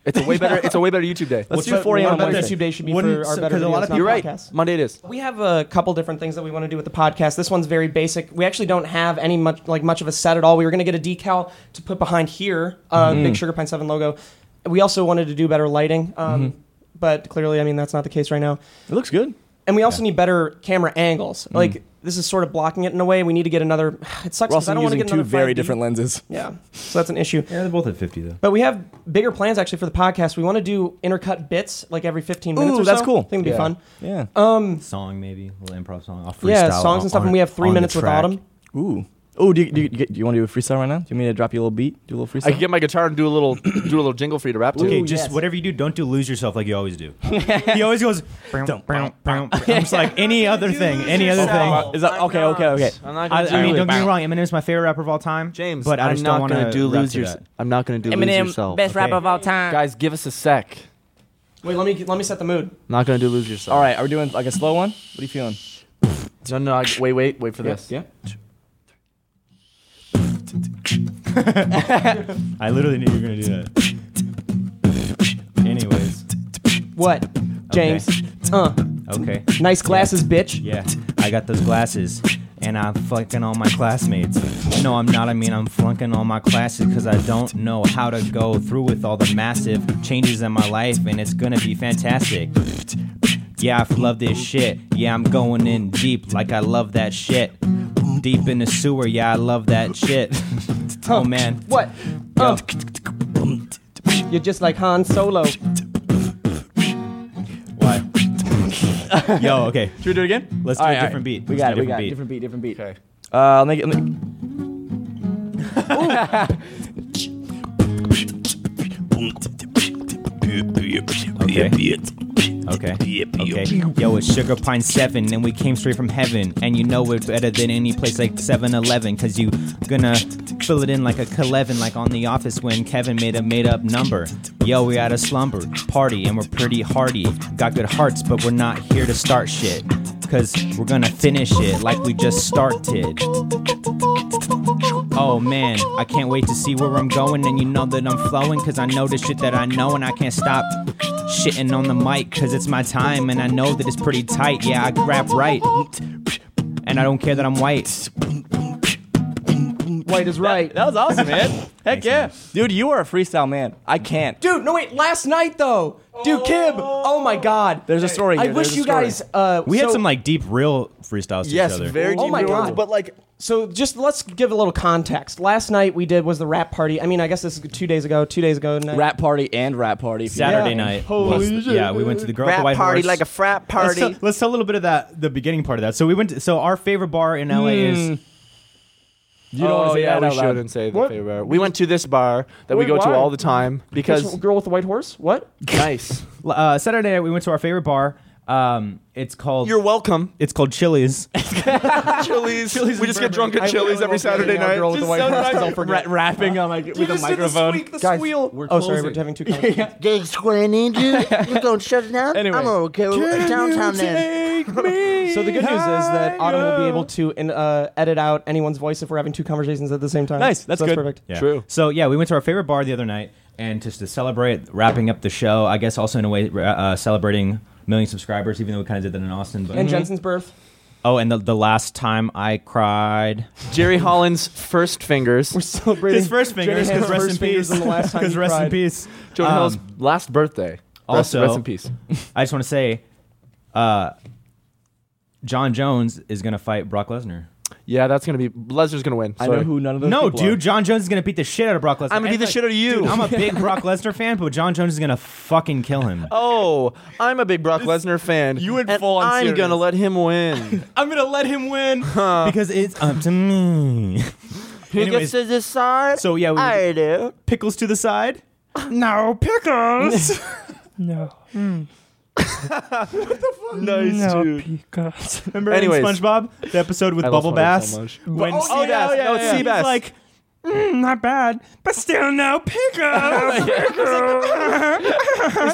It's a way better. It's a way better YouTube day. Let's do 4 a.m. Our on better Monday. YouTube day should be Wouldn't- for our so- better 'cause a lot of videos, not You're right. podcasts. Monday it is. We have a couple different things that we want to do with the podcast. This one's very basic. We actually don't have any much like much of a set at all. We were going to get a decal to put behind here, uh, Mm-hmm. big Sugar Pine Seven logo. We also wanted to do better lighting, um, Mm-hmm. but clearly, I mean, that's not the case right now. It looks good. And we also need better camera angles. Like this is sort of blocking it in a way. We need to get another. It sucks Mm-hmm. We're 'cause also I don't want to get using two another very 5D. different lenses. Yeah, so that's an issue. Yeah, they're both at 50, though. But we have bigger plans actually for the podcast. We want to do intercut bits like every 15 minutes Ooh, or that's so. cool. I think it'd be Yeah. fun. Yeah. Song, maybe. A little improv song. I'll yeah, freestyle songs on- and stuff. on- and we have three on the minutes with track. Autumn. Ooh. Ooh. Do you, do you, do you want to do a freestyle right now? Do you want me to drop you a little beat? Do a little freestyle. I could get my guitar and do a little do a little jingle for you to rap to. Okay, Ooh, just yes. whatever you do, don't do lose yourself like you always do. he always goes, "Brown, brown, brown, brown." it's like any other thing, any other yourself. thing. Is that okay? Okay. Okay. I'm not I, gonna I mean, do don't it. get me wrong, Eminem is my favorite rapper of all time. James, but I I'm just not don't gonna want do lose yourself. I'm not gonna do lose yourself. best rapper rapper of of all time. Guys, give us a sec. Wait, let me let me set the mood. Not gonna do lose yourself. All right. Are we doing like a slow one? What are you feeling? No, no. I, wait, wait, wait for this. Yeah. I literally knew you were gonna do that. Anyways, What? James. Uh, Okay. nice glasses, bitch. Yeah, I got those glasses. And I'm flunking all my classmates. No, I'm not. I mean, I'm flunking all my classes because I don't know how to go through with all the massive changes in my life, and it's gonna be fantastic. Yeah, I love this shit. Yeah, I'm going in deep like I love that shit. Deep in the sewer, yeah, I love that shit. Oh man. What? Uh, you're just like Han Solo. Why? Yo, okay. Should we do it again? Let's do All a right, all different right. beat. We Let's got do it. a We got it. Different different beat. Different beat. Okay. Uh, I'll make it. Let me- Okay. Okay. Yo, it's Sugar Pine 7, and we came straight from heaven. And you know it's better than any place like 7 Eleven, cause you gonna fill it in like a Keleven, like on The Office when Kevin made a made up number. Yo, we at a slumber party, and we're pretty hardy. Got good hearts, but we're not here to start shit. Cause we're gonna finish it like we just started. Oh man, I can't wait to see where I'm going. And you know that I'm flowing, cause I know the shit that I know, and I can't stop shitting on the mic, cause it's my time, and I know that it's pretty tight. Yeah, I rap right, and I don't care that I'm white. White is right. That was awesome, man. Heck yeah, dude. You are a freestyle man. I can't. Dude, no wait, last night though. Dude, Kib. Oh my god. There's a story. I here. wish There's a you story. guys uh We had so- some like deep, real freestyles to Yes, each other. very Oh deep my words, God. But like, So just let's give a little context. Last night we did was the rap party. I mean, I guess this is 2 days ago, 2 days ago night. Rap party and rap party. if you- Saturday Yeah. night. was- Yeah, we went to the girl at the Frat White party Horse. like a frat Let's party. tell, let's tell a little bit of that. The beginning part of that. So we went. To, so our favorite bar in LA is. you don't Oh, want to say yeah, that. out We loud. shouldn't say the What? favorite bar. We went to this bar that we Wait, go to why? all the time This because girl with the white horse? What? nice. Uh, Saturday night we went to our favorite bar. Um, it's called. You're welcome. it's called Chili's. Chili's. we just get drunk at I really Chili's every won't be Saturday the young night. girl with the white horse, 'cause I'll Ra- forget. rapping on my with a microphone. Guys, we're oh, sorry, we're closing. having two conversations. They square ninja. You're going to shut it down? Anyway. I'm going to go downtown then. So the good news is that Autumn will be able to in, uh, edit out anyone's voice if we're having two conversations at the same time. Nice, that's So good. perfect. Yeah. True. So yeah, we went to our favorite bar the other night, and just to celebrate wrapping up the show, I guess also in a way uh, uh, celebrating million subscribers, even though we kind of did that in Austin. But And Jensen's birth. oh, and the, the last time I cried, Jerry Holland's first fingers. We're celebrating Jenny Hand's first fingers and the last time Because he rest in cried. peace. Jonah Hill's last birthday. Rest- also- rest in peace. I just want to say, uh, John Jones is gonna fight Brock Lesnar. Yeah, that's gonna be Lesnar's gonna win. I know who none of those. No, people dude, John Jones is gonna beat the shit out of Brock Lesnar. I'm gonna And, beat the like, shit out of you. Dude, I'm a big Brock Lesnar fan, but John Jones is gonna fucking kill him. Oh, I'm a big Brock Lesnar fan. you went and full on I'm serious. gonna let him win. I'm gonna let him win because it's up Um, to me. Who Anyways, gets to decide? so yeah, we I do. pickles to the side. No pickles. nice, dude. Remember Anyways. in SpongeBob the episode with I love Bubble SpongeBob Bass so much. when Oh, Seabass yeah, yeah, no, yeah, yeah. Seabass Seabass. like "Mm, not bad, but still no pickles. "Ah." He's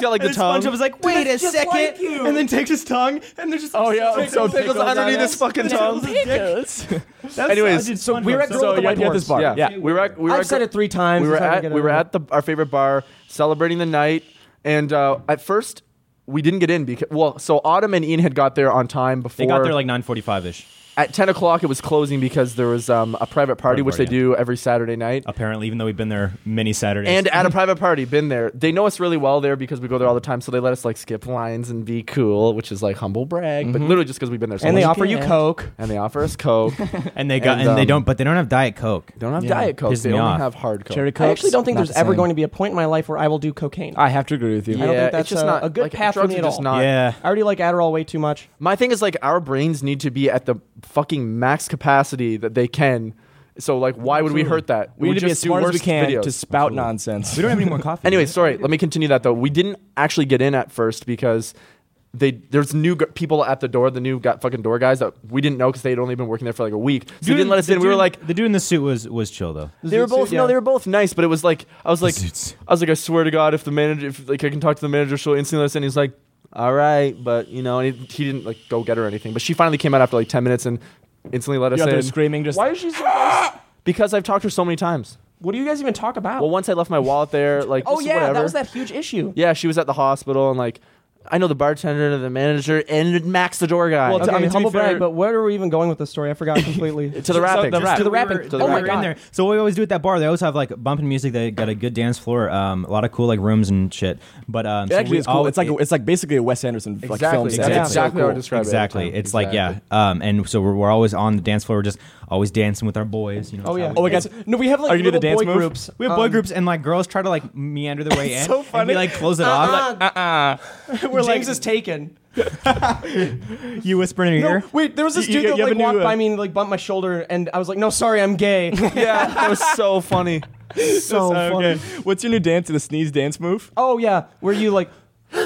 got like the and tongue. SpongeBob was like, wait a That's just second, like you. and then takes his tongue, and there's just oh yeah, it's so pickles underneath his fucking tongue. Pickles. That's Anyways, I did so we're SpongeBob at so Girl with Are. the You had White to get this Horse. bar. Yeah, we were at, we were I've at, said it three times. We were It's hard to at get we were over. at the our favorite bar celebrating the night, and uh, at first we didn't get in because well, so Autumn and Ian had got there on time before They got there like 9:45 ish. at ten o'clock. It was closing because there was um, a private party, which party, they do every Saturday night. Apparently, even though we've been there many Saturdays. and at a private party, been there. They know us really well there because we go there all the time. So they let us like skip lines and be cool, which is like humble brag, but literally just because we've been there. So Mm-hmm. and they much. offer you Coke. and they offer us coke. they and they got and, and, they um, don't, but they don't have Diet Coke. don't have diet coke. Pissed They me only off. have hard coke. Cherry I actually Cokes, don't think not there's the ever same. going to be a point in my life where I will do cocaine. I have to agree with you. I don't Yeah, think it's that's just a, not- a good like, path for drugs me are at just all. not- Yeah. I already like Adderall way too much. My thing is like our brains need to be at the fucking max capacity that they can. So like, why would we hurt that? We would need to be just as do smart as we worse can videos. to spout nonsense. We don't have any more coffee. Anyway, sorry. Let me continue that though. We didn't actually get in at first because they there's new gu- people at the door, the new gu fucking door guys that we didn't know because they had only been working there for like a week. So they didn't let us the in. We were dude- like, the dude in the suit was was chill though. they were both no, they were both nice, but it was like I was like Suits. I was like I swear to God, if the manager, if like I can talk to the manager, she'll instantly let us in. He's like, all right, but you know, and he, he didn't like go get her or anything. But she finally came out after like ten minutes and instantly let us You're out in. there screaming. Just Why is she so nice? Because I've talked to her so many times. What do you guys even talk about? Well, once I left my wallet there, like oh just yeah, whatever. that was that huge issue. Yeah, she was at the hospital and like I know the bartender, the manager, and Max the door guy. Well, Okay, I mean, to be humble brag, fair- but where are we even going with this story? I forgot completely. to the rapping. the rap. to the we were- rapping. To the oh my rapping. in god. there. So what we always do at that bar, they always have like bumping music. They got a good dance floor, um, a lot of cool like rooms and shit. But um, It so actually we is cool. always- it's like it- it's like basically a Wes Anderson like film. Exactly. set. That's It's so exactly how I cool. describe it. exactly. every It's time. like yeah, um, and so we're, we're always on the dance floor. We're just always dancing with our boys. You know. Oh it's how yeah. we Oh my do it. God. No, we have like Are you gonna little do the dance boy move? groups. Um, We have boy groups and like girls try to like meander their way in. so And funny. we like close it off. Like, Where James is taken. you whisper in your No, ear. wait, there was this You- you- dude that you have like a new, walked uh, by me and like bumped my shoulder, and I was like, "No, sorry, I'm gay." Yeah, that was so funny. so funny. What's your new dance? The sneeze dance move? Oh yeah, where you like?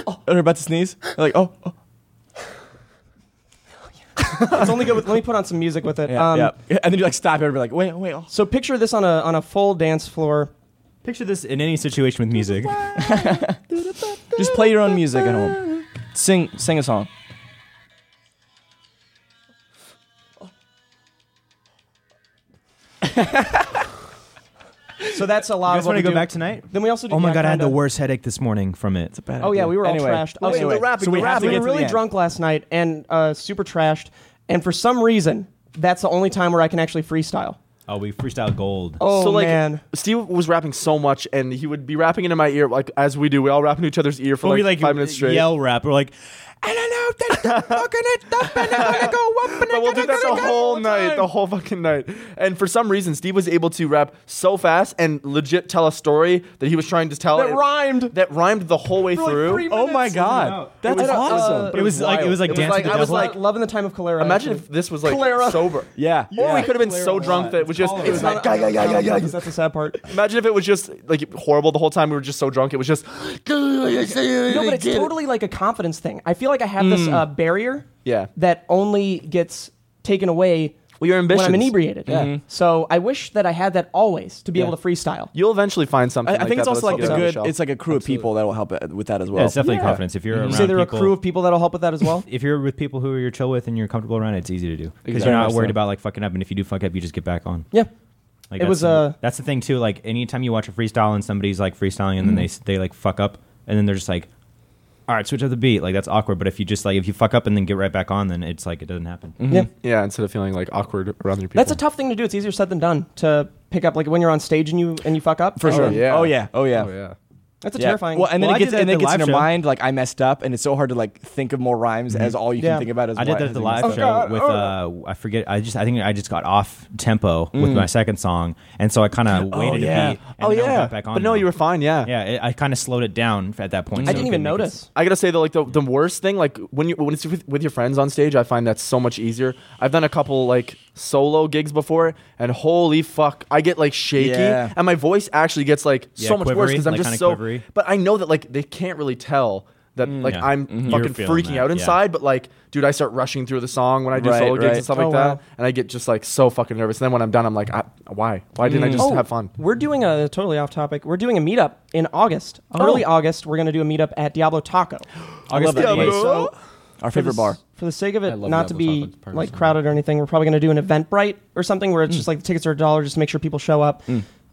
Are you about to sneeze? You're like oh, oh. It's only good with. Let me put on some music with it. Yeah, um, yeah. And then you like stop everybody like wait wait. Oh. So picture this on a on a full dance floor. Picture this in any situation with music. Just play your own music at home. Sing sing a song. So that's a I lot of just what want to we go do. back tonight. Then we also do, Oh my yeah, god, I had the kinda. worst headache this morning from it. It's a bad Oh yeah, we were all Anyway. trashed. Well, Also, anyway, the so we have to we were get to the really end. drunk last night and uh, super trashed. And for some reason, that's the only time where I can actually freestyle. Oh, we freestyle gold. Oh so like man. Steve was rapping so much, and he would be rapping into my ear like as we do. We all rap into each other's ear But for like, we like five minutes straight. yell rap. We're like, I don't know, that's fucking it up and I'm gonna go up and But we'll do that the whole night, time. the whole fucking night. And for some reason, Steve was able to rap so fast and legit tell a story that he was trying to tell. That and- rhymed. That rhymed the whole way through. Oh my god, that's awesome. It was like it was like It was dance like- with the I was devil. like- loving the time of Calera. Imagine actually. if this was like Clara. sober. Yeah. Or we yeah. could have been so drunk that it was just. It was like, "Guy, guy, guy, guy, guy." Because That's the sad part. Imagine if it was just like horrible the whole time. We were just so drunk. It was just. No, but it's totally like a confidence thing. I feel like I have this uh, barrier Yeah. that only gets taken away Well, your when I'm ambitions. inebriated. Yeah. Mhm. So I wish that I had that always to be able to freestyle. You'll eventually find something. I, I like think that it's also that'll like help a you out, good. Michelle. It's like a crew of people that will help uh, with that as well. Yeah, it's definitely Yeah. confidence. If you're around You say they're people, a crew of people that'll help with that as well. if you're with people who you're chill with and you're comfortable around, it's easy to do because Exactly. you're not worried So. about like fucking up. And if you do fuck up, you just get back on. Yeah. Like It that's was, the- uh, that's the thing too. Like anytime you watch a freestyle and somebody's like freestyling and then they s- they like fuck up and then they're just like, all right, switch up the beat. Like that's awkward. But if you just like if you fuck up and then get right back on, then it's like it doesn't happen. Mm-hmm. Yeah. Yeah, instead of feeling like awkward around your people. That's a tough thing to do. It's easier said than done to pick up like when you're on stage and you and you fuck up. for sure. yeah. Oh yeah. Oh yeah. Oh, yeah. That's a Yeah. terrifying. Well, and then Well, it I gets did that and at it the gets in live your show. mind like I messed up, and it's so hard to like think of more rhymes as all you Yeah. can think about is. I did what- that at the as you live messed up. show with uh, I forget. I just I think I just got off tempo with my second song, and so I kind of waited yeah. a beat. And Oh then I yeah. got back on but no, though. you were fine. Yeah. Yeah, it, I kind of slowed it down at that point. I so didn't it even didn't make it- notice. I gotta say though, like the, the worst thing, like when you when it's with, with your friends on stage, I find that's so much easier. I've done a couple like solo gigs before, and holy fuck, I get like shaky, Yeah. and my voice actually gets like Yeah, so much worse quivery, because I'm like, just kinda so. quivery. But I know that like they can't really tell that like Yeah. I'm Mhm. You're fucking feeling freaking that, out yeah. inside, but like dude, I start rushing through the song when I do Right, solo gigs right. and stuff Oh, like that, wow. and I get just like so fucking nervous. And then when I'm done, I'm like, I, why? Why didn't I just Oh, have fun? We're doing a totally off topic. We're doing a meetup in August, Oh. early August. We're going to do a meetup at Diablo Taco. August Yeah, 28th. bro. So Our for the favorite s- bar. For the sake of it, love not to Diablo be Taco. It's part of like the song. crowded or anything, we're probably going to do an Eventbrite or something Mm. where it's just like the tickets are a dollar just to make sure people show up.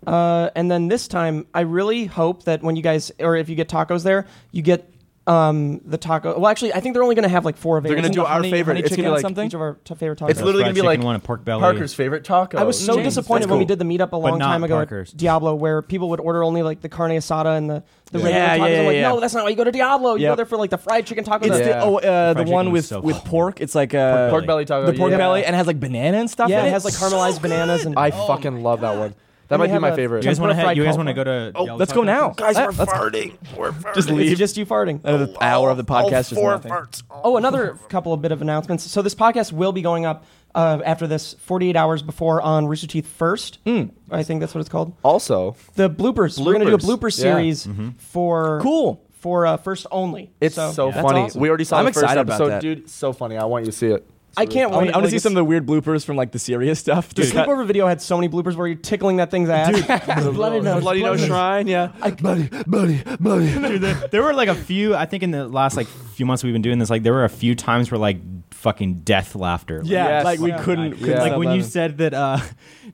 Uh, and then this time, I really hope that when you guys or if you get tacos there, you get um, the taco. Well, actually, I think they're only going to have like four of it. They're gonna Isn't do the our honey- favorite. honey It's chicken gonna be like something? Each of our t- favorite tacos. it's literally fried gonna be Oh. chicken, like one, a pork belly. Parker's favorite taco. I was so James, disappointed that's when we cool. did the meetup a long not time ago Parker's. at Diablo, where people would order only like the carne asada and the the regular Yeah, tacos. yeah, I'm like, yeah, no, yeah. that's not why you go to Diablo. You go Yep. there for like the fried chicken tacos. It's That's- the, Yeah. oh, uh, the Fried one chicken with is so with good. pork. It's like uh, Pork pork belly. belly taco. the pork yeah. belly, and it has like banana and stuff. yeah, in it has like caramelized bananas and I fucking love that one. That might they be have my a favorite. You guys want to fried head? You guys coleslaw. want to go to? Oh, Yellow let's go Taco? now, Guys, Uh, we're let's- farting. We're farting. Just It's leave. just you farting. Another hour of the podcast All just four nothing. farts. Oh, another couple of bit of announcements. So this podcast will be going up uh, after this 48 hours before on Rooster Teeth First. Hmm. I think that's what it's called. Also, The bloopers. We're going to do a Bloopers. blooper Yeah. series for Mm-hmm. Cool. for uh, first only. it's so, so, That's funny. awesome. We already saw I'm the first excited about episode, that. dude. So funny. I want you to see it. I can't I wait. want to Like, see some of the weird bloopers from like the serious stuff. The Just cut- sleepover video had so many bloopers where you're tickling that thing's ass. bloody nose. Bloody Nose Shrine. Yeah. Dude, there, there were like a few. I think in the last like few months we've been doing this, like there were a few times where like fucking death laughter. Like, Yeah, Yes. like we Yeah. couldn't. Yeah. couldn't like stop when you laughing. said that uh,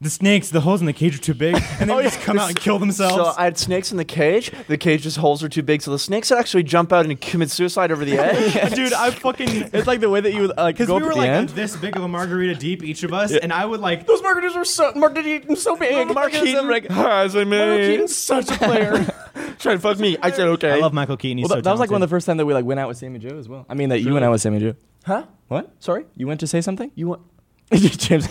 the snakes, the holes in the cage are too big, and Oh, they just come out and kill So themselves. I had snakes in the cage. The cage's holes are too big, so the snakes would actually jump out and commit suicide over the edge. Dude, I fucking It's like the way that you like because go we up were at the like end. this big of a margarita deep, each of us, and I would like Those marketers are so marketing them so big. Mark Keaton, Mark as I Keaton's such a player. try to fuck me. I said okay. I love Michael Keaton. He's Well, that, so that was like one of talented. the first time that we like went out with Sammy Joe as well. I mean, that you went out with Sammy Joe. Huh? What? Sorry, you went to say something? You want? James,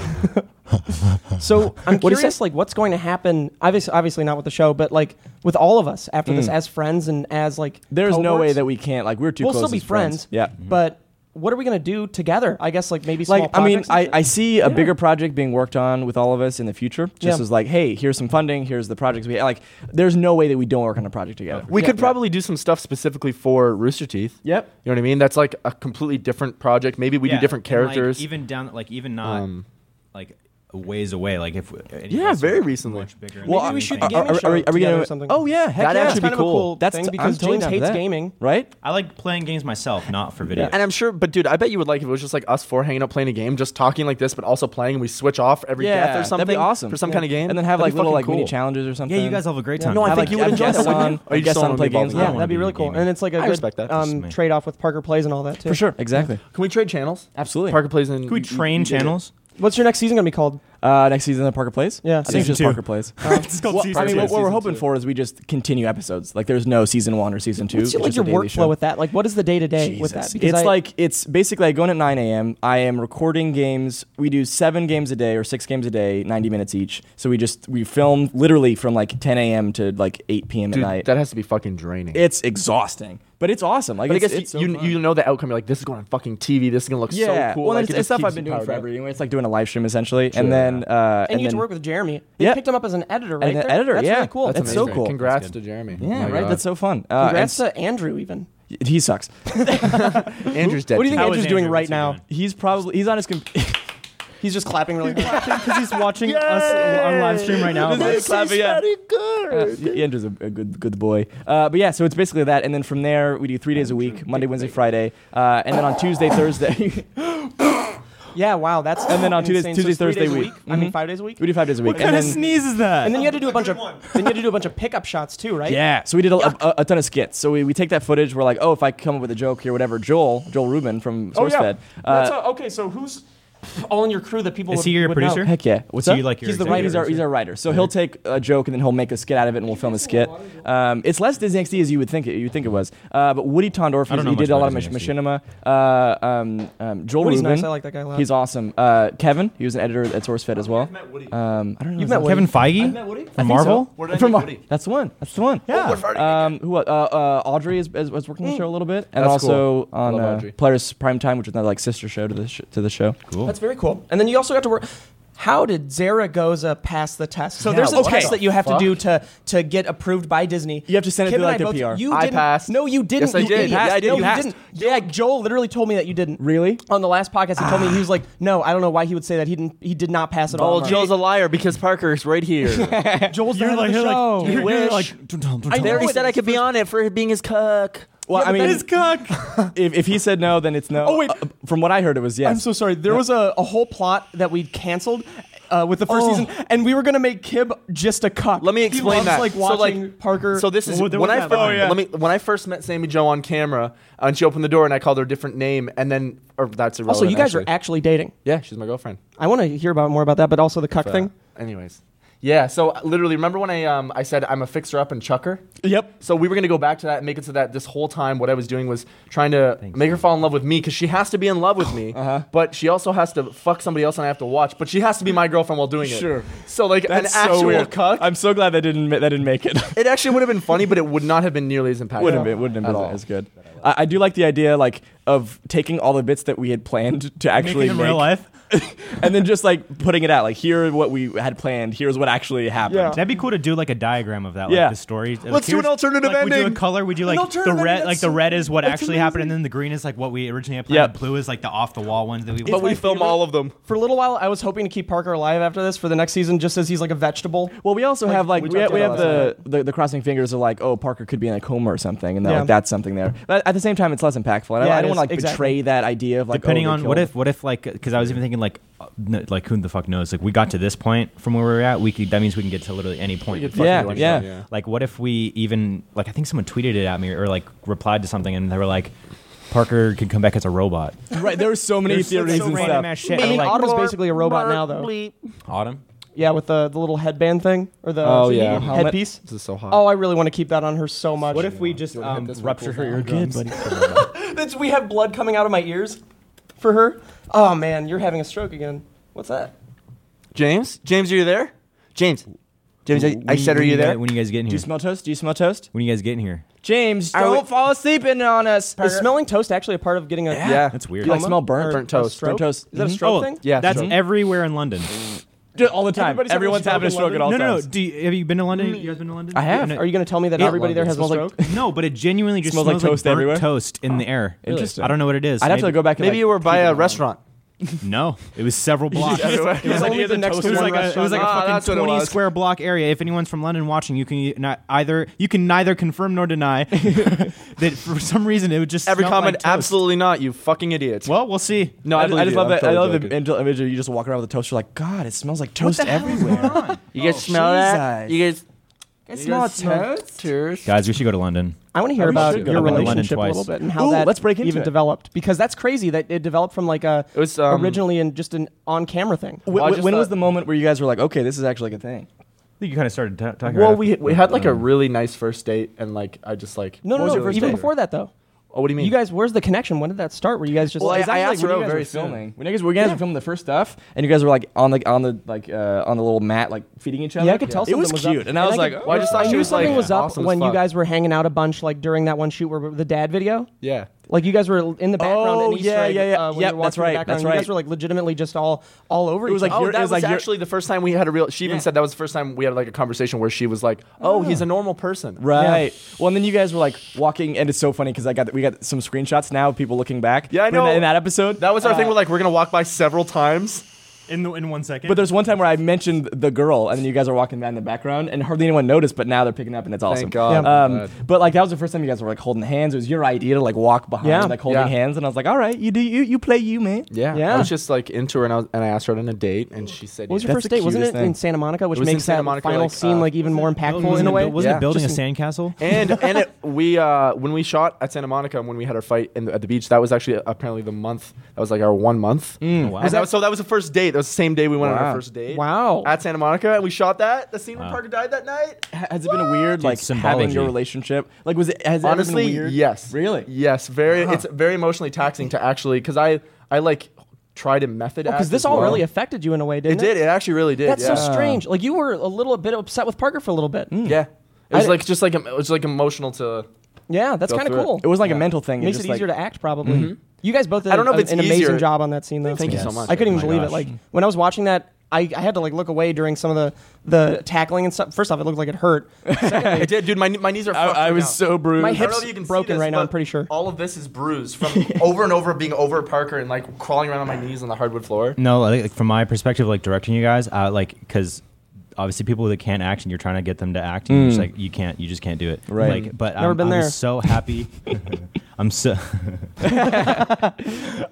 So I'm What'd he curious, like, what's going to happen? Obviously, obviously not with the show, but like with all of us after this, as friends and as like. there's Mm. no way cohorts? that we can't. Like, we're too we'll close. still be as friends. Yeah. But what are we gonna do together? I guess like maybe small Like, I mean, projects and I, shit. I see a bigger project being worked on with all of us in the future. Just Yeah. as like, hey, here's some funding. Here's the projects we like. There's no way that we don't work on a project together. We Yeah. could probably do some stuff specifically for Rooster Teeth. Yep. You know what I mean? That's like a completely different project. Maybe we Yeah, do different and, like, characters. even down, like even not Um, like a ways away. Like if we- any of Yeah, us were very recently. much bigger. Well, Maybe we we should should. a Are, game are, are, we- are we show gonna? or something. Oh yeah, heck That'd yeah. That's actually be kind of a cool. cool That's thing I'm because totally James down for hates that. gaming. Right? I like playing games myself, not for video. and I'm sure, but dude, I bet you would like if it was just like us four hanging out playing a game, just talking like this, but also playing, and we switch off every Yeah, death or that'd be something. awesome. for some Yeah. kind of game, And then have That'd like be little fucking like mini cool. challenges or something. yeah, you guys have a great time. No, I Have, think like, you would have enjoy that, guests wouldn't on, you? I or you guess just don't I'll wanna play be involved games in with Yeah, that them. one? that'd be really cool, gaming. and it's like a I good respect that. um, Just me. trade off with Parker Plays and all that too. for sure. Exactly. Can we trade channels? Absolutely. Parker plays in. Can we you- you- train you did it. channels? What's your next season gonna be called? Uh, next season, the Parker plays. Yeah. I think it's just Season two. Parker plays. it's called Well, season I mean, two. what, what we're Season hoping two. for is we just continue episodes. Like, there's no season one or season two. What's your, like It's just your a daily show. workflow with that? Like, what is the day to day with that? Jesus. Because It's I- like it's basically I go in at 9 a.m. I am recording games. We do seven games a day or six games a day, 90 minutes each. So we just we film literally from like 10 a.m. to like 8 p.m. Dude, at night. that has to be fucking draining. it's exhausting, but it's awesome. Like but I it's, guess it's so you, fun. you know the outcome. You're like, this is going on fucking TV. This is gonna look yeah. so cool. Well, like, it's, it it's just stuff keeps I've been you doing powered up. forever. Anyway, it's like doing a live stream essentially, Sure. and then uh, and you get then, to work with Jeremy. They Yeah. picked him up as an editor, right? and an there. editor. That's yeah, really cool. That's It's so so. cool. Congrats to Jeremy. Yeah, right. That's so fun. Uh, Congrats and to Andrew. Even s- he sucks. so Andrew's dead. what do you think How Andrew's is doing Andrew? right What's he now? doing? He's probably he's on his computer. He's just clapping really hard. because he's watching us on live stream right now. This is very good. Uh, Andrew's a, a good good boy. Uh, but yeah, so it's basically that, and then from there we do three days a week: Monday, Wednesday, Friday, uh, and then on Tuesday, Thursday, Yeah, wow, that's And then on Tuesdays- insane. Tuesdays, it's three Thursday days a week. I mean, Mhm. five days a week. we do five days a week. What and kind of then, sneeze is that? And then you had to do a bunch of then you had to do a bunch of pickup shots too, right? yeah, so we did a, a, a ton of skits. So we, we take that footage. We're like, oh, if I come up with a joke here, whatever. Joel Joel Rubin from SourceFed. Oh, uh, That's a- okay, so who's all in your crew that people Is would, he your would producer? know? Heck yeah! What's So up? you like your he's the writer. He's our, executive he's our writer. So he'll take a joke and then he'll make a skit out of it, and we'll film a skit. Um, it's less Disney XD as you would think it. You would think it was. Uh, but Woody Tondorf, I he's- don't know he did much a lot of mach- about Disney machinima. Uh, um, um, Joel Woody's Rubin. nice. I like that guy a lot. He's awesome. Uh, Kevin, he was an editor at SourceFed as well. Um, I don't know. You've his met name. Woody. Kevin Feige from Marvel. Where did I From meet Mar- Woody? That's the one. That's the one. Yeah. Um, who? Uh, uh, Audrey is, is, was working on the show a little bit, and That's also cool. I on love uh, Audrey. Players Primetime, which is another like sister show to the sh- to the show. That's very cool. And then you also have to work. How did Zaragoza pass the test? So there's a what test the that you have to do to to get approved by Disney. You have to send it Kim through, and like, I their both- PR. You I didn't- passed. No, you didn't. Yes, I you did. idiot. Yeah, I did. No, You you, passed. didn't. Yeah, Joel literally told me that you didn't. Really? Ah. On the last podcast, he told me he was like, "No, I don't know why he would say that. He didn't. He did not pass at all." Oh, Mark. Joel's a liar because Parker's right here. Joel's the You're head like, of the you're show. like, you're, you're like, I There know he it said I could be on it for being his cook. Well, I mean, that is cock. if, if he said no, then it's no. Oh, wait. Uh, from what I heard, it was yes. I'm so sorry. There was a, a whole plot that we canceled uh, with the first season, and we were gonna make Kib just a cuck. Oh. Let me He explain loves, that. Like So, watching like- Parker. So this is Well, there when was I that first, line. Oh, yeah. let me when I first met Sammy Joe on camera, uh, and she opened the door, and I called her a different name, and then or that's irrelevant. also you guys are Oh, actually. actually dating. yeah, she's my girlfriend. I want to hear about more about that, but also the cuck But, thing. anyways, yeah. So uh, literally, remember when I um I said I'm a fixer up and chucker. Yep. So we were gonna go back to that and make it so that this whole time what I was doing was trying to make her fall in love with me because she has to be in love with me, Uh-huh. but she also has to fuck somebody else and I have to watch, but she has to be my girlfriend while doing it. Sure. So like That's an so actual weird. cuck. I'm so glad that didn't ma- that didn't make it. it actually would have been funny, but it would not have been nearly as impactful. wouldn't have been wouldn't have at been all. as good. I, I do like the idea like of taking all the bits that we had planned to actually in make, real life. and then just like putting it out. Like here are what we had planned. Here's what actually happened. Yeah. That'd be cool to do like a diagram of that, like Yeah. the story. Like, Let's do an here's- alternative like, We do a ending. color. We do like the alternative red, ending, like that's the so- red is what that's actually happened, and then the green is like what we originally had planned. Yeah. and Blue is like the off the wall ones that we. But we film all of them. For a little while, I was hoping to keep Parker alive after this for the next season, just as he's like a vegetable. Well, we also have like we we, ha- talked we have about the, the the crossing fingers of like oh Parker could be in a coma or something, and they're Yeah. like that's something there. But at the same time, it's less impactful. And I, Yeah, I it don't is. want like exactly. betray that idea of like depending oh, on they what killed- if what if like because I was even thinking like uh, n- like who the fuck knows like we got to this point from where we were at we could that means we can get to literally any point. could Fuck yeah, you, like, yeah. Like what if we even like I think someone tweeted it at me or like replied to something and they were like Parker could come back as a robot. right there were so many There's so- theories so and random stuff ass shit. I mean, like, Autumn's basically a robot now, though. Autumn. Yeah, with the, the little headband thing or the Oh, yeah. headpiece. This is so hot. Oh, I really want to keep that on her so much. What if we just um, rupture her eardrums? That's, we have blood coming out of my ears for her? Oh man, you're having a stroke again. What's that? James, James, are you there? James, James, I, I When said, are when you there? Guys, when you guys get in do here? you smell toast do you smell toast when you guys get in here? James Are we- don't fall asleep in on us Is smelling toast actually a part of getting a Yeah. That's weird. I coma? smell burnt Or burnt a toast stroke? burnt toast Is that a Mhm. stroke Oh, thing? Yeah, that's stroke. everywhere in London. Dude, all the time Everybody's having everyone's a having a stroke in stroke at all no, no, no. times Do you, have you been to London? You guys been to London? I have. No, Are you going to tell me that Yeah, everybody there has a smells like- stroke? No, but it genuinely just Smells like smells, like toast burnt everywhere? toast in the air. Interesting. I don't know what it is. I'd have to Maybe- go back and Maybe like, you were by keep a an eye on it. restaurant. No, it was several blocks. it was It was only the next it was one like a, it was like a Ah, that's fucking what it twenty was. square block area. If anyone's from London watching, you can not either you can neither confirm nor deny that for some reason it would just Every smell like comment, toast. absolutely not, you fucking idiots. Well, we'll see. no, I, I, just- I believe just you. love I'm that. I totally love the joking. mental image of you just walking around with a toaster, like God, it smells like toast everywhere. You guys smell Jesus. that? Oh, You guys. It you guys smells toast. toast? Guys, we should go to London. I want to hear we about should go your to London relationship a twice. little bit and how Ooh, that let's break into even it. developed because that's crazy that it developed from like a It was um, originally in just an on camera thing. Wh- wh- Well, I When, just was thought- the moment where you guys were like, okay, this is actually like a thing? I think you kind of started ta- talking. Well, about we it. we had like a Um, really nice first date, and like I just like No, What no, was no. your first Even date? before that though, Oh, what do you mean? you guys, where's the connection? When did that start? Were you guys just Well, like, I, I actually asked like when Roe you guys very were soon. filming. When you guys, when you guys were filming the first stuff, and you guys were like on the on the like uh, on the little mat, like feeding each other. yeah, I could tell It something was up. cute, and I was like, could- Well, I just thought she knew was, something like, was up awesome as when you fuck. guys were hanging out a bunch, like during that one shoot where we- the dad video. yeah, Like you guys were in the background. Oh, and Easter yeah, egg, yeah, yeah. Uh, when Yep, you were walking that's through the right, that's background, You right. guys were like legitimately just all all over. It each was like other. Oh, your- it that was was, like your- actually the first time we had a real. She even said that was the first time we had like a conversation where she was like, "Oh, he's a normal person." Right. Well, and then you guys were like walking, and it's so funny because I got we got some screenshots now of people looking back. Yeah, I from that- know. in that episode. That was our Uh, thing. We're like, we're gonna walk by several times. in the, in one second. But there's one time where I mentioned the girl, and then you guys are walking by in the background, and hardly anyone noticed. But now they're picking up, and it's awesome. God. Yeah. Um, but like that was the first time you guys were like holding hands. It was your idea to like walk behind, Yeah. like holding Yeah. hands, and I was like, all right, you do you, you play you, man. Yeah. Yeah. I was just like into her and I, was, and I asked her out on a date and she said, What was yeah. your That's first the date? Wasn't it cutest thing. in Santa Monica, which was in makes Santa that Monica, final like, scene uh, like even more impactful wasn't in a it- way. Wasn't Yeah. it building Just a sandcastle? and and it, we uh, when we shot at Santa Monica and when we had our fight in the, at the beach, that was actually apparently the month that was like our one month. Oh, Wow. And that was- so that was the first date. That was the same day we went on Wow. our first date. Mm. Wow. At Santa Monica, and we shot that the scene Wow. when Parker died that night. Ha- Has it been a weird Dude, like having symbology. your relationship? Like was it has it ever been Honestly, weird? yes. Really? Yes. Very. It's very emotionally taxing to actually because I I like tried to method because act Oh, this as all well. really affected you in a way, it didn't it? did. It actually really did. That's yeah. Mm. so strange. Like you were a little bit upset with Parker for a little bit. Yeah. It was I- like just like em- it was like emotional to. Yeah, that's Go kind of through it. cool. It was like a mental thing. It makes just, it like- easier to act, probably. You guys both did I don't know if an- it's an easier. amazing job on that scene, though. Thank you so much. I couldn't even Oh my believe it. gosh. Like when I was watching that, I, I had to like look away during some of the the tackling and stuff. First off, it looked like it hurt. I did, dude. My, kn- my knees are. I, fucked I right was now. so bruised. My I don't know hips if you can see broken this, right now, I'm but pretty sure. All of this is bruised from over and over being over Parker and like crawling around on my knees on the hardwood floor. No, like from my perspective, like directing you guys, uh, like because obviously people that can't act, and you're trying to get them to act, and you're Mm. just like you can't, you just can't do it. Right. Like, but Never I'm, been I'm there. so happy. I'm so.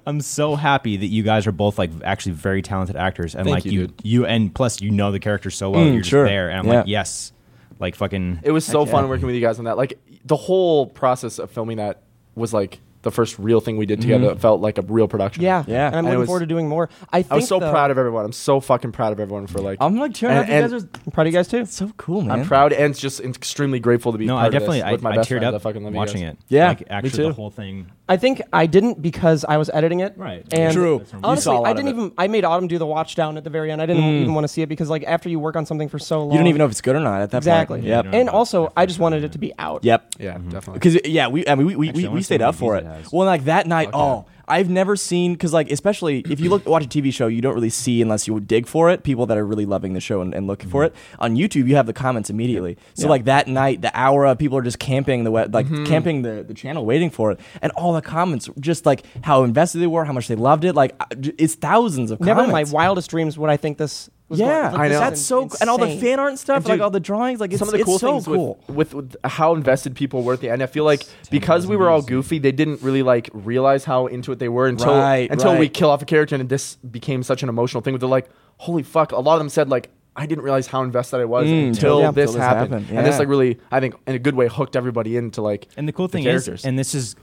I'm so happy that you guys are both like actually very talented actors, and Thank like you, you, you, dude. and plus you know the character so well, Mm, you're just sure. there, and I'm like Yeah. yes, like fucking. It was so fun working with you guys on that. Like the whole process of filming that was like the first real thing we did together. It felt like a real production. Yeah, Yeah. And I'm And it looking was- forward to doing more. I think I was so though- proud of everyone. I'm so fucking proud of everyone for like. I'm like tearing up. And- You guys and- are I'm proud of you guys too. so cool, man. I'm proud and just extremely grateful to be. no, part I definitely of I, this with my I best teared up friends. I fucking love you watching guys. it. Yeah, like me actually the too. whole thing. I think I didn't because I was editing it. Right. And True. You Honestly, saw a lot I of didn't it. even. I made Autumn do the watch down at the very end. I didn't even want to see it because like after you work on something for so long, You don't even know if it's good or not at that exactly. point. Yeah, you Yep. don't And know. also, I just wanted it to be out. Yep. Yeah, definitely. Because yeah, we I mean we we, Actually, I we, wanna we see stayed how up many for it. views it has. Well, like that night, Fuck oh, I've never seen because like especially if you look watch a TV show, you don't really see unless you dig for it. People that are really loving the show and, and looking Mm-hmm. for it on YouTube, you have the comments immediately. So like that night, the hour of people are just camping the web, like Mm-hmm. camping the, the channel waiting for it, and all the comments just like how invested they were, how much they loved it. Like I- j- uh, it's thousands of Never in my comments. wildest dreams would I think this was yeah, going. Like, I this know. is That's so in- cool. and all the insane. fan art and stuff, And like dude, all the drawings, like it's, some of the cool it's so things cool. With, with with how invested people were at the end. I feel like because we were all goofy, they didn't really like realize how into it they were until Right, until we right. kill off a character, and this became such an emotional thing. They're like, "Holy fuck!" A lot of them said like. I didn't realize how invested I was Mm, until yeah, this until this happened, happened, and this yeah. like really, I think, in a good way, hooked everybody into like. And the cool thing characters. is, and this is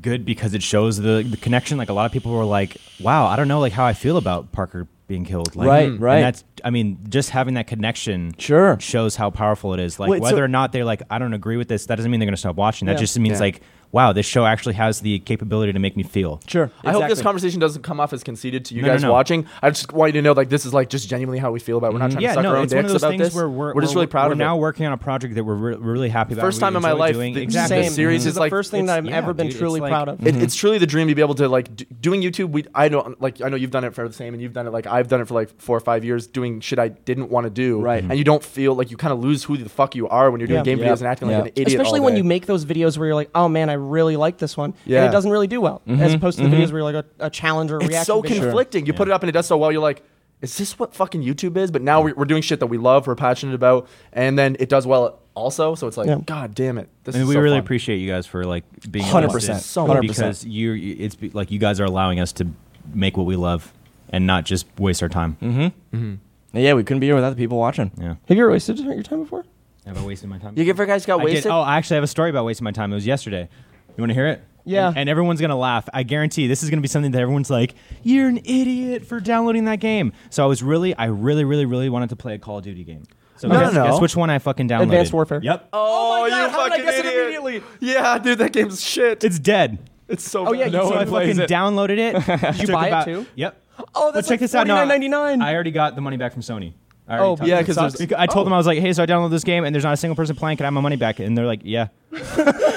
good because it shows the, the connection. Like a lot of people were like, "Wow, I don't know, like how I feel about Parker being killed." Like, Hmm. Right, and right. That's, I mean, just having that connection Sure. shows how powerful it is. Like Wait, so- whether or not they're like, "I don't agree with this," that doesn't mean they're going to stop watching. That Yeah. just means Yeah. like, "Wow, this show actually has the capability to make me feel." Sure. I hope this exactly. conversation doesn't come off as conceited to you No, no, guys no. watching. I just want you to know, like, this is like just genuinely how we feel about. it. We're not trying to Mm-hmm. Yeah, suck no, our own it's one dicks of those about things this. where we're, just really proud we're of now it. working on a project that we're re- really happy about. First we time in my enjoy life doing. that- exactly. Same. The series This is the like- first thing that it's- I've yeah, ever been dude, it's truly like- proud of. It, It's truly the dream to be able to like d- doing YouTube. We I know like I know you've done it for the same, and you've done it like I've done it for like four or five years, doing shit I didn't want to do. Right. and you don't feel like you kind of lose who the fuck you are when you're doing Yeah. game Yeah. videos and acting Yeah. like an idiot. Especially all when day. you make those videos where you're like, oh man, I really like this one. Yeah. And it doesn't really do well. Mm-hmm. As opposed to the videos where you're like a, a challenge or a it's reaction. so video. conflicting. You put it up and it does so well. You're like, is this what fucking YouTube is? But now we're, we're doing shit that we love, we're passionate about, and then it does well also. So it's like, Yeah. god damn it, this and is we so really fun. appreciate you guys for like being 100%, honest. so much. because you it's be- like you guys are allowing us to make what we love and not just waste our time. Mm-hmm. Yeah, we couldn't be here without the people watching. Yeah, Have you ever wasted your time before? have I wasted my time? You ever guys got I did- wasted? oh, I actually have a story about wasting my time. It was yesterday. You want to hear it? Yeah. And, and everyone's gonna laugh. I guarantee this is gonna be something that everyone's like, "You're an idiot for downloading that game." So I was really, I really, really, really wanted to play a Call of Duty game. So No, guess, no, no. guess which one I fucking downloaded? Advanced Warfare. Yep. Oh, my God, you how did I fucking guess it idiot. Yeah, dude, that game's shit. It's dead. It's so. Oh, yeah, bad. you so I plays fucking downloaded it. Did you buy it too? Yep. Oh, But that's check like this out. No, $49.99. I already got the money back from Sony. I Oh, already talked yeah, to them. 'cause So- there's- because I told them I was like, "Hey, so I downloaded this game, and there's not a single person playing. Can I have my money back?" And they're like, "Yeah."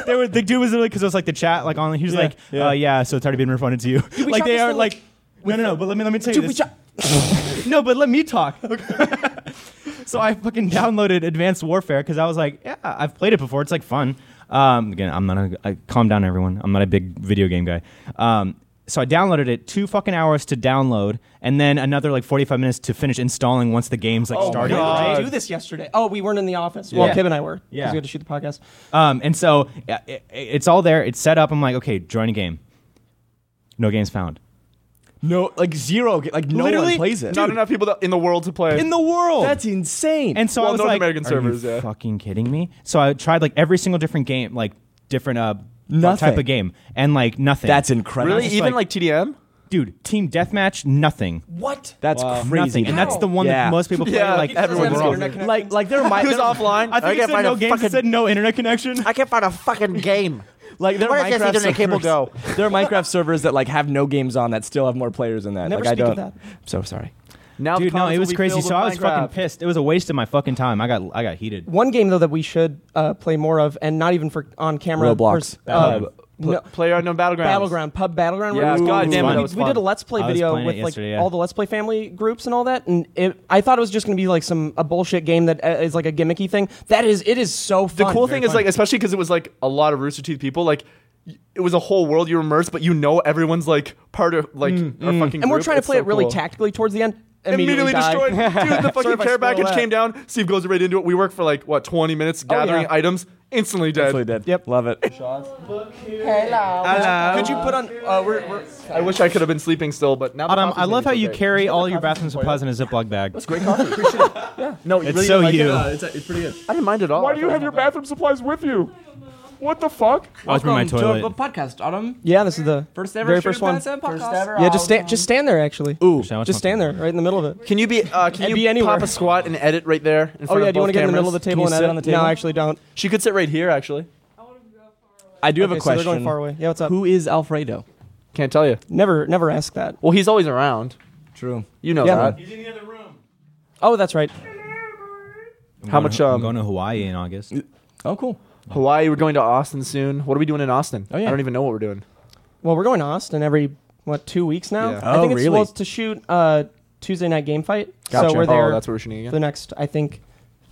they were the dude was like, because it was like the chat, like on. He was like, yeah. "Uh, yeah, so it's already been refunded to you." like chop they this are thing like, no, no, no. But let me let me tell you Dude, we this. no, but let me talk. so I fucking downloaded Advanced Warfare because I was like, yeah, I've played it before. It's like fun. Um, again, I'm not a I, calm down, everyone. I'm not a big video game guy. Um, so I downloaded it, two fucking hours to download, and then another like 45 minutes to finish installing once the game's like started. Why did God. we do this yesterday? Oh, we weren't in the office. Well, Yeah. Kim and I were. Yeah. Because we had to shoot the podcast. Um, and so uh, it, it's all there. It's set up. I'm like, okay, join a game. No games found. No, like zero, like no Literally, one plays it. not enough people that- in the world to play. In the world. That's insane. And so Well, I was North like, American "Are servers, you yeah." fucking kidding me?" So I tried like every single different game, like different uh Nothing. type of game, and like nothing. that's incredible. really, just even like, like- TDM. dude, team deathmatch, nothing, What? That's crazy. nothing, and that's the one Yeah. that most people play. Yeah, like because everyone everyone's has off. internet connection. like, like there might Who's offline? I think I it can't said find no a games. fucking- It said no internet connection. I can't find a fucking game. Like there are Where does this Minecraft Ethernet servers. cable go? There are Minecraft servers that like have no games on that still have more players than that. Never like I speak of that. don't. I'm so sorry. Now, the Dude, no, cons it will was be crazy. filled So with I was fucking Minecraft. pissed. It was a waste of my fucking time. I got I got heated. One game, though, that we should uh, play more of, and not even for on camera. Roblox. pers- uh, Battleground. no, Player unknown battleground. Battleground, pub Battleground. Yeah, where we- God damn it, we- that was We fun. did a Let's Play I was video playing it with like yesterday, yeah. all the Let's Play family groups and all that, and it, I thought it was just going to be like some a bullshit game that uh, is like a gimmicky thing. That is, it is so The fun. cool thing is like, especially because it was like a lot of Rooster Teeth people. Like, y- it was a whole world you were immersed, but you know everyone's like part of like our fucking. and we're group. trying to It's play so it really cool. tactically towards the end. Immediately, die. destroyed. Dude, the Sorry fucking if I care spoiled package that. came down. Steve goes right into it. We work for like what twenty minutes gathering yeah. items. Instantly dead. Totally did. Yep. Love it. Could you put on? Uh, we're, we're, I wish I could have been sleeping still, but now. the Adam, coffee's I love how gonna be you okay. carry all your bathroom supplies in a Ziploc bag. It's great coffee. Appreciate it. No, you It's really so don't like you. it? I it's pretty good. I didn't mind at all. Why do you have your bathroom supplies with you? What the fuck? was in my toilet. podcast, Autumn. yeah, this is the very first one. Yeah, just stand, just stand there. Actually, ooh, just stand there, right in the middle of it. Can you be? Uh, can And you be anywhere. pop a squat and edit right there in front Oh yeah, of do you both want to get in the cameras? middle of the table you and sit edit? on the table? No, actually, don't. She could sit right here. Actually, I do have Okay, a so they're question. going far away. Yeah, what's up? Who is Alfredo? can't tell you. Never, never ask that. Well, he's always around. True. You know Yeah. that. Oh, that's right. How much? I'm Um, going to Hawaii in August. Oh, cool. Hawaii. We're going to Austin soon. What are we doing in Austin? Oh, yeah. I don't even know what we're doing. Well, we're going to Austin every what two weeks now. Yeah. I think Oh, it's really? well, it's to shoot uh, Tuesday night game fight. So we're Oh, there that's what we're shooting for again. the next, I think,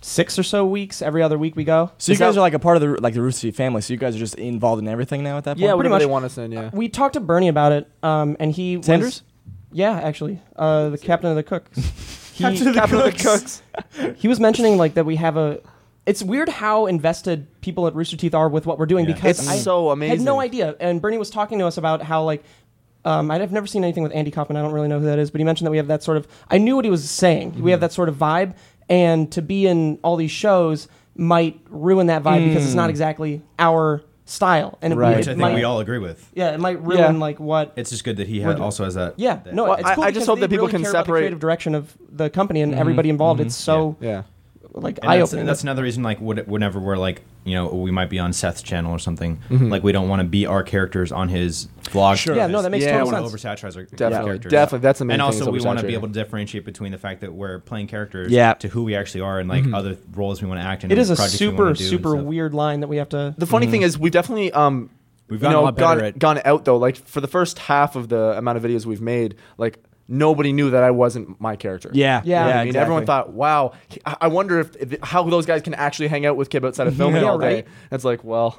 six or so weeks. Every other week we go. So you Is guys are that- like a part of the like the Rooster Teeth family. So you guys are just involved in everything now at that point. Yeah, pretty whatever they much. want us in. Yeah. We talked to Bernie about it, um, and he was- Sanders? yeah, actually, uh, the captain of the cooks. He, he was mentioning like that we have a. It's weird how invested people at Rooster Teeth are with what we're doing because It's I so had amazing. no idea. And Bernie was talking to us about how like. Um, I've never seen anything with Andy Kaufman. I don't really know who that is, but he mentioned that we have that sort of. I knew what he was saying. We have that sort of vibe, and to be in all these shows might ruin that vibe because it's not exactly our style. And it, Right. it Which I think might, we all agree with. yeah, it might ruin Yeah. like what It's just good that he had, also has that. yeah, that- no, Well, it's I- cool I just because hope that they people really can care about the separate- creative direction of the company and everybody involved. It's so Yeah. like And eye that's, opening. that's another reason, like, what- whenever we're like, you know, we might be on Seth's channel or something, Mm-hmm. like we don't want to be our characters on his vlog. Sure. Yeah, no, that makes Yeah, total I want sense. to oversaturize our Definitely, characters. definitely. That's the main And thing also, is we want to oversaturating. be able to differentiate between the fact that we're playing characters Yeah. to who we actually are and Mm-hmm. like other roles we want to act in. It is a and projects we super wanna do and super stuff. weird line that we have to. The funny thing is, we've definitely um, Mm. We've you gotten a know, lot better gone, at- gone out though. Like for the first half of the amount of videos we've made, like nobody knew that I wasn't my character. Yeah. You know Yeah. what Yeah, I mean, everyone exactly. thought, "Wow, I I wonder if, if how those guys can actually hang out with Kib outside of filming Yeah, all day." right. It's like, well.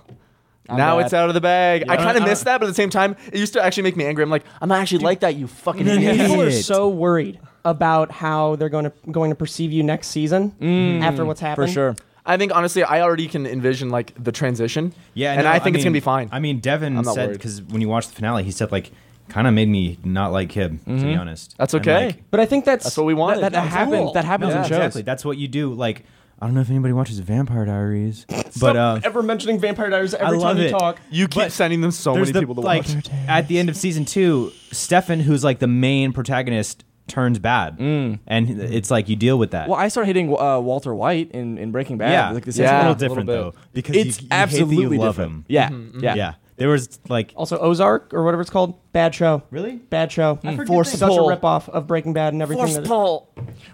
now bad. it's out of the bag. I I kind of don't- miss that, but at the same time, it used to actually make me angry. I'm like, I'm not actually like that, you fucking idiot. People are Shit. so worried about how they're going to going to perceive you next season after what's happened. for sure. I think honestly, I already can envision like the transition. Yeah, and no, I think it's gonna mean- be fine. I mean, Devin I'm not said worried. because when you watched the finale, he said like kind of made me not like him to be honest. Mm-hmm. That's And, okay. like, But I think that's That's what we wanted. That, that That's happens. cool. That happens no, in shows. exactly. That's what you do. Like I don't know if anybody watches Vampire Diaries, but Stop uh, ever mentioning Vampire Diaries I every love time you it. talk. you keep but sending them so many the, people to like, watch. At the end of season two, Stefan, who's like the main protagonist, turns bad, and it's like you deal with that. Well, I started hitting uh, Walter White in, in Breaking Bad. yeah, like the it's same a thing. little different bit. though because It's you, you hate that you absolutely love different. him. Yeah, Mm-hmm, Yeah. yeah, there was like Also Ozark or whatever it's called. Bad show. Really? Oh. Bad show. Mm. forget Force they- such a Pull. ripoff of Breaking Bad and everything. that- What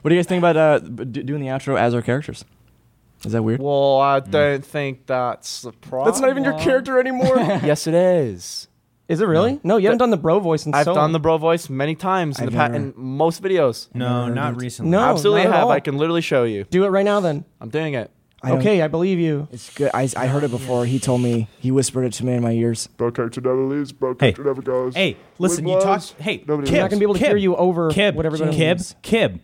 do you guys think about uh, b- do- doing the outro as our characters? Is that weird? Well, I don't think that's the problem. Mm. That's not even your character anymore. yes, it is. Is it really? No, you haven't done the bro voice in I've so done long. the bro voice many times in I've the pat never- in most videos. no, not recently. No, Absolutely not at have. all. I can literally show you. do it right now then. I'm doing it. I don't- okay, I believe you. It's good. I, I heard it before. He told me. He whispered it to me in my ears. Bro character never leaves. Bro character never goes. Hey, listen, When you talk. was- Hey, Nobody Kib, We're not gonna be able to Kib, hear you over Kib, whatever Kib, everyone Kib, is. Kib,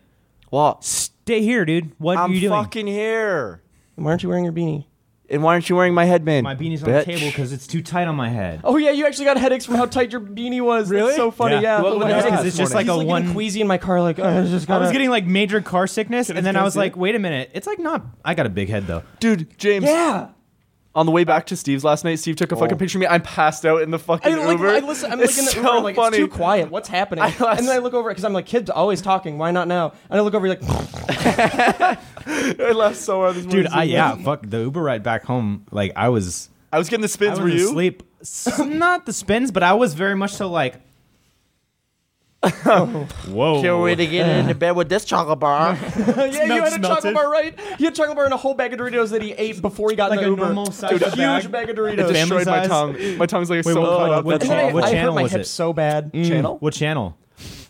What? stay here, dude. What I'm are you doing? fucking here. Why aren't you wearing your beanie? And why aren't you wearing my headband? My beanie's on bitch? the table because it's too tight on my head. Oh yeah, you actually got headaches from how tight your beanie was. Really? That's so funny. Yeah. Yeah. Well, Like, no, I- 'cause it's just like he's a getting one- queasy in my car. Like "Oh, I was just I gotta- was getting like major car sickness, and then I was see like, wait a minute, it's like not. I got a big head though. Dude, James, Yeah. Oh. on the way back to Steve's last night, Steve took a fucking picture of me. I'm passed out in the I fucking like, Uber. I listen, I'm it's like in the so Uber, I'm like funny. it's too quiet. What's happening? I was- and then I look over because I'm like, kids always talking. Why not now? And I look over, like, I laughed so hard. This Dude, morning. I yeah, fuck the Uber ride back home. Like I was, I was getting the I spins. was were you? asleep. S- not the spins, but I was very much so like, Oh. whoa. You're ready to get into bed with this chocolate bar. yeah, you had a melted. chocolate bar, right? He had a chocolate bar and a whole bag of Doritos that he ate before he got Like in the a Uber. normal size a huge bag. bag, of Doritos. It destroyed size? my tongue. My tongue's like so what- cut up. what And then I, What I hurt channel my was hip it? so bad. Channel? What channel?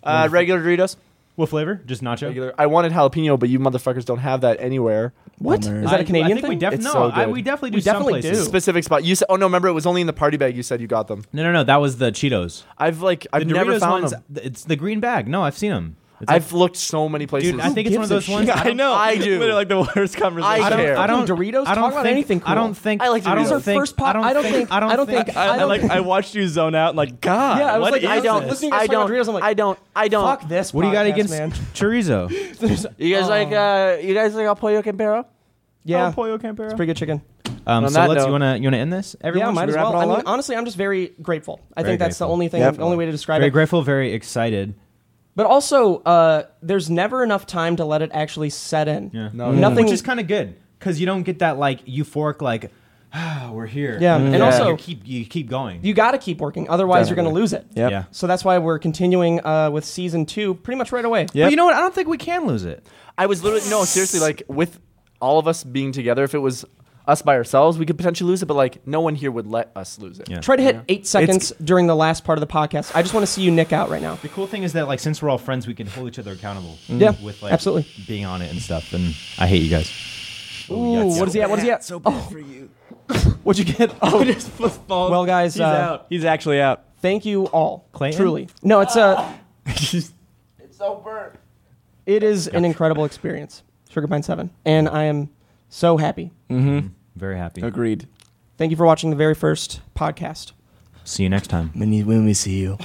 Uh, regular Doritos. What flavor? Just nacho. Regular. I wanted jalapeno, but you motherfuckers don't have that anywhere. What? Is that I- a Canadian I think thing? We def- It's no, so I, good. we definitely do. We definitely some places. do. Specific spot. You said, oh no, remember it was only in the party bag. You said you got them. No, no, no. That was the Cheetos. I've like I've The never Doritos found ones. them. It's the green bag. No, I've seen them. It's I've looked so many places. Dude, I think it's one of those ones. I don't- know. I do. Literally, like the worst conversation. I I don't. care. I don't. Fucking Doritos? I don't Talk about think- anything I cool. don't think. I I like Doritos. don't Those are think. first pop- I don't, I don't think. think- I don't. I don't think- I I, don't like. I watched you zone out. and Like God. Yeah, I was what like, is I don't- this? listening to I this talk about Doritos, I'm don't. like, I don't. I don't. Fuck this. What do you got podcast, against man? chorizo? You guys like? Uh, you guys like El Pollo Campero? Yeah, pollo it's pretty good chicken. Um, On so that let's. note- You wanna. You wanna end this? Everyone. yeah, Should might we as wrap it well. I all mean, up? honestly, I'm just very grateful. I Very think that's the grateful. only thing, the only way to describe Very it. grateful. Very excited. But also, uh, there's never enough time to let it actually set in. Yeah. No, Nothing. Which is kind of good because you don't get that like euphoric like. Ah, we're here. Yeah, and also- you keep you keep going. you got to keep working, otherwise you're going to lose it. Yep. Yeah. So that's why we're continuing uh, with season two pretty much right away. But you know what? I don't think we can lose it. I was literally no seriously like with all of us being together. If it was us by ourselves, we could potentially lose it. But like no one here would let us lose it. Yeah. Try to hit eight seconds during the last part of the podcast. I just want to see you nick out right now. The cool thing is that like since we're all friends, we can hold each other accountable. Yeah, with like absolutely. being on it and stuff. And I hate you guys. Ooh, what is he at? What is he at? So bad for you. What'd you get? Oh, well, guys, He's uh, out. He's actually out. thank you all. Clayton? Truly. No, it's a. It's so burnt. uh, It is an incredible experience, Sugar Pine 7. And I am so happy. Very happy. Agreed. Thank you for watching the very first podcast. See you next time. When, you, when we see you.